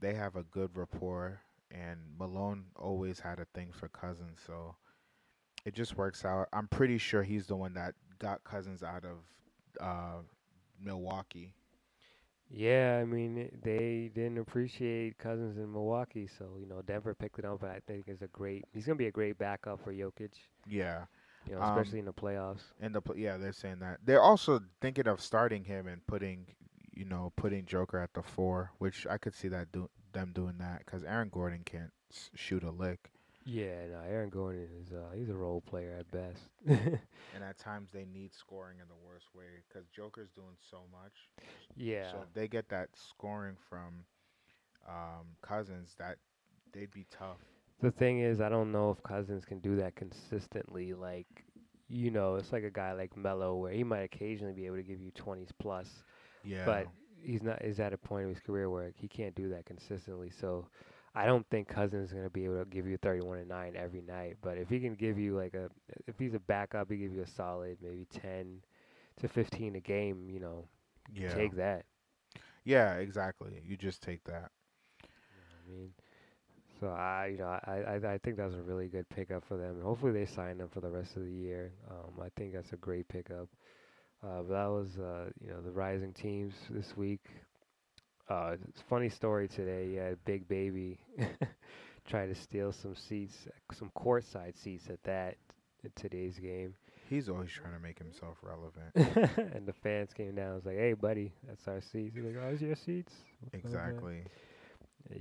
[SPEAKER 2] they have a good rapport. And Malone always had a thing for Cousins, so it just works out. I'm pretty sure he's the one that got Cousins out of uh, Milwaukee.
[SPEAKER 1] Yeah, I mean it- they didn't appreciate Cousins in Milwaukee, so you know Denver picked it up. But I think it's a great. He's gonna be a great backup for Jokic,
[SPEAKER 2] Yeah,
[SPEAKER 1] you know,
[SPEAKER 2] Um,
[SPEAKER 1] especially in the playoffs.
[SPEAKER 2] and the pl- yeah, they're saying that they're also thinking of starting him and putting, you know, putting Joker at the four, which I could see that do them doing that because Aaron Gordon can't s- shoot a lick.
[SPEAKER 1] Yeah, no, Aaron Gordon is uh, he's a role player at best.
[SPEAKER 2] And at times they need scoring in the worst way because Joker's doing so much.
[SPEAKER 1] yeah,
[SPEAKER 2] So if they get that scoring from um, Cousins, that they'd be tough.
[SPEAKER 1] the thing is, I don't know if Cousins can do that consistently. Like, you know, it's like a guy like Melo where he might occasionally be able to give you twenties plus,
[SPEAKER 2] Yeah.
[SPEAKER 1] but he's not is at a point of his career where he can't do that consistently. So I don't think Cousins is going to be able to give you 31 and 9 every night, but if he can give you like a if he's a backup, he give you a solid maybe 10 to 15 a game, you know,
[SPEAKER 2] yeah.
[SPEAKER 1] take that.
[SPEAKER 2] yeah, exactly. You just take that.
[SPEAKER 1] I mean, so I, you know, I, I, I think that's a really good pickup for them, and hopefully they sign them for the rest of the year. Um, I think that's a great pickup. Uh, but that was, uh, you know, the rising teams this week. Uh, it's a funny story today. Yeah, Big Baby tried to steal some seats, some courtside seats at that in today's game,
[SPEAKER 2] He's always trying to make himself relevant.
[SPEAKER 1] and the fans came down. and was like, "Hey, buddy, that's our seats." He's like, "Oh, it's your seats."
[SPEAKER 2] exactly.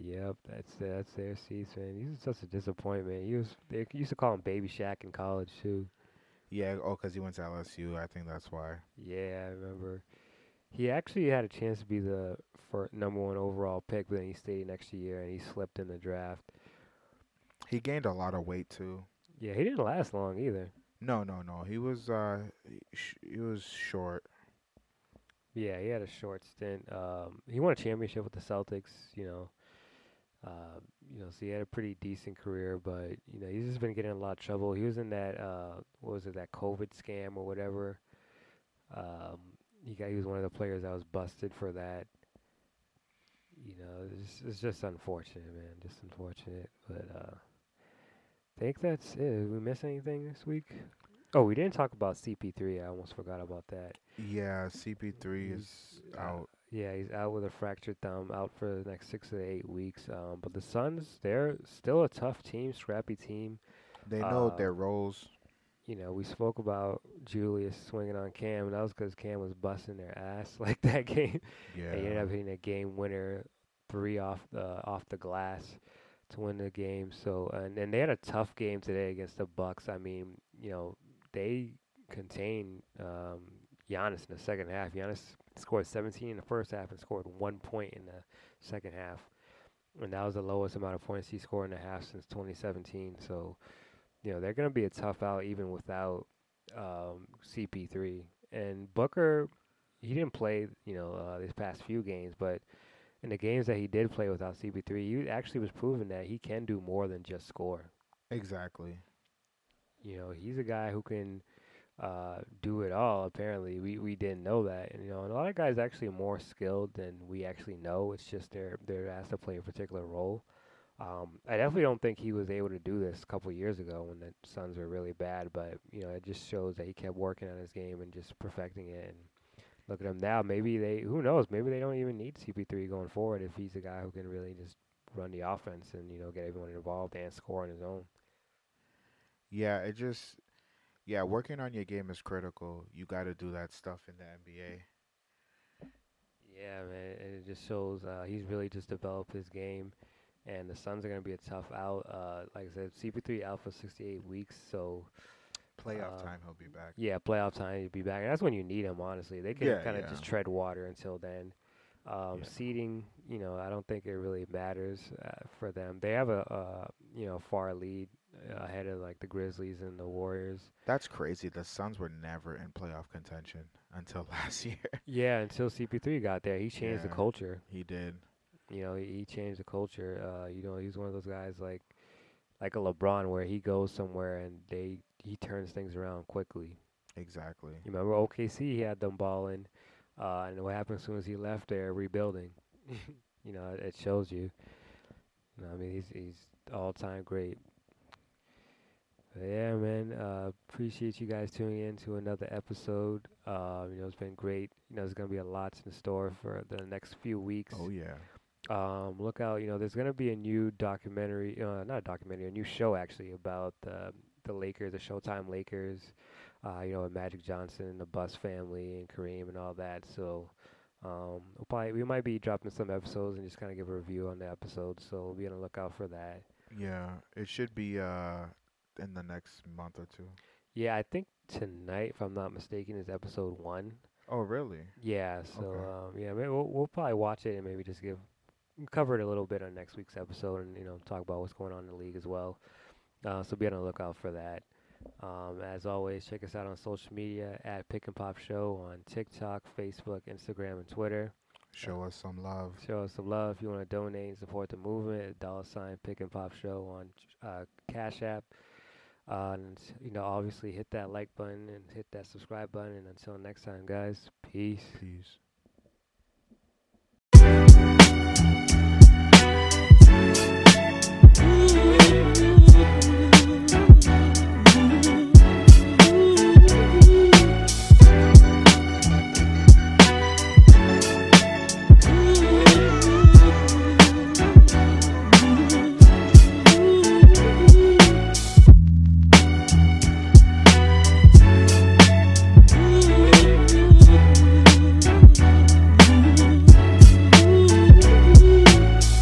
[SPEAKER 1] Yep, that's that's their seats, man. He was such a disappointment. He was they used to call him Baby Shaq in college too.
[SPEAKER 2] Yeah. Oh, because he went to LSU. I think that's why.
[SPEAKER 1] Yeah, I remember. He actually had a chance to be the fir- number one overall pick, but then he stayed next year and he slipped in the draft.
[SPEAKER 2] He gained a lot of weight too.
[SPEAKER 1] Yeah, he didn't last long either.
[SPEAKER 2] No, no, no. He was uh, he sh- he was short.
[SPEAKER 1] Yeah, he had a short stint. Um, he won a championship with the Celtics. You know, uh, you know, so he had a pretty decent career, but you know, he's just been getting in a lot of trouble. He was in that uh, what was it, that COVID scam or whatever. Um, he got he was one of the players that was busted for that. You know, it's, it's just unfortunate, man. Just unfortunate, but uh, I think that's it. Did we miss anything this week? Oh, we didn't talk about CP3. I almost forgot about that.
[SPEAKER 2] Yeah, CP3 is
[SPEAKER 1] He's
[SPEAKER 2] out.
[SPEAKER 1] Yeah, he's out with a fractured thumb, out for the next six to eight weeks. Um, but the Suns, they're still a tough team, scrappy team.
[SPEAKER 2] They know
[SPEAKER 1] uh,
[SPEAKER 2] their roles.
[SPEAKER 1] You know, we spoke about Julius swinging on Cam, and that was because Cam was busting their ass like that game.
[SPEAKER 2] Yeah.
[SPEAKER 1] And he ended up hitting a game winner, three off the off the glass to win the game. So and and they had a tough game today against the Bucks. I mean, you know, they contained um, Giannis in the second half. Giannis scored 17 in the first half and scored one point in the second half, and that was the lowest amount of points he scored in a half since 2017. So, you know, they're going to be a tough out even without um, CP3 and Booker he didn't play, you know, uh, these past few games, but in the games that he did play without CP3, you actually was proving that he can do more than just score.
[SPEAKER 2] exactly.
[SPEAKER 1] You know, he's a guy who can uh, do it all. Apparently, we, we didn't know that, and you know, and a lot of guys actually more skilled than we actually know. It's just they're they're asked to play a particular role. Um, I definitely don't think he was able to do this a couple years ago when the Suns were really bad, but you know, it just shows that he kept working on his game and just perfecting it. And look at him now. Maybe they, who knows? Maybe they don't even need CP3 going forward if he's a guy who can really just run the offense and you know get everyone involved and score on his own.
[SPEAKER 2] Yeah, it just yeah, working on your game is critical. You got to do that stuff in the NBA.
[SPEAKER 1] Yeah, man, and it just shows uh, he's really just developed his game, and the Suns are going to be a tough out. Uh, like I said, CP3 out for 68 weeks, so
[SPEAKER 2] Playoff
[SPEAKER 1] Uh,
[SPEAKER 2] time, he'll be back.
[SPEAKER 1] yeah, playoff time he'd be back. And that's when you need him, honestly. They can
[SPEAKER 2] Yeah,
[SPEAKER 1] kind of
[SPEAKER 2] yeah.
[SPEAKER 1] just tread water until then. Um,
[SPEAKER 2] Yeah.
[SPEAKER 1] Seeding, you know, I don't think it really matters uh, for them. They have a, uh, you know, far lead uh, ahead of like the Grizzlies and the Warriors.
[SPEAKER 2] That's crazy. The Suns were never in playoff contention until last year.
[SPEAKER 1] Yeah, until CP3 got there, he changed the
[SPEAKER 2] Yeah.
[SPEAKER 1] culture.
[SPEAKER 2] he did.
[SPEAKER 1] you know, he, he changed the culture. Uh, you know, he's one of those guys like like a LeBron where he goes somewhere and they he turns things around quickly.
[SPEAKER 2] Exactly.
[SPEAKER 1] You remember OKC he had them balling, uh, and what happened as soon as he left there rebuilding. you know, it, it shows you. You know, I mean he's he's all time great. But yeah, man. Uh, appreciate you guys tuning in to another episode. Uh, you know, it's been great. You know, there's gonna be a lot in store for the next few weeks
[SPEAKER 2] Oh yeah.
[SPEAKER 1] um, look out. You know, there's gonna be a new documentary, uh, not a documentary, a new show actually about the the Lakers, the Showtime Lakers. Uh, you know, and Magic Johnson and the Bus family and Kareem and all that. So, um, we'll probably we might be dropping some episodes and just kind of give a review on the episodes. So we'll be on the lookout for that.
[SPEAKER 2] Yeah, it should be uh in the next month or two.
[SPEAKER 1] Yeah, I think tonight, if I'm not mistaken, is episode one.
[SPEAKER 2] Oh, really?
[SPEAKER 1] Yeah, so um, yeah, maybe we'll, we'll probably watch it and maybe just give cover it a little bit on next week's episode, and you know talk about what's going on in the league as well. Uh, so be on the lookout for that. Um, as always, check us out on social media at Pick and Pop Show on TikTok, Facebook, Instagram, and Twitter.
[SPEAKER 2] Show us some love.
[SPEAKER 1] Show us some love. If you want to donate and support the movement, dollar sign Pick and Pop Show on uh, Cash App. Uh, and you know, obviously, hit that like button and hit that subscribe button. And until next time, guys, peace.
[SPEAKER 2] Peace.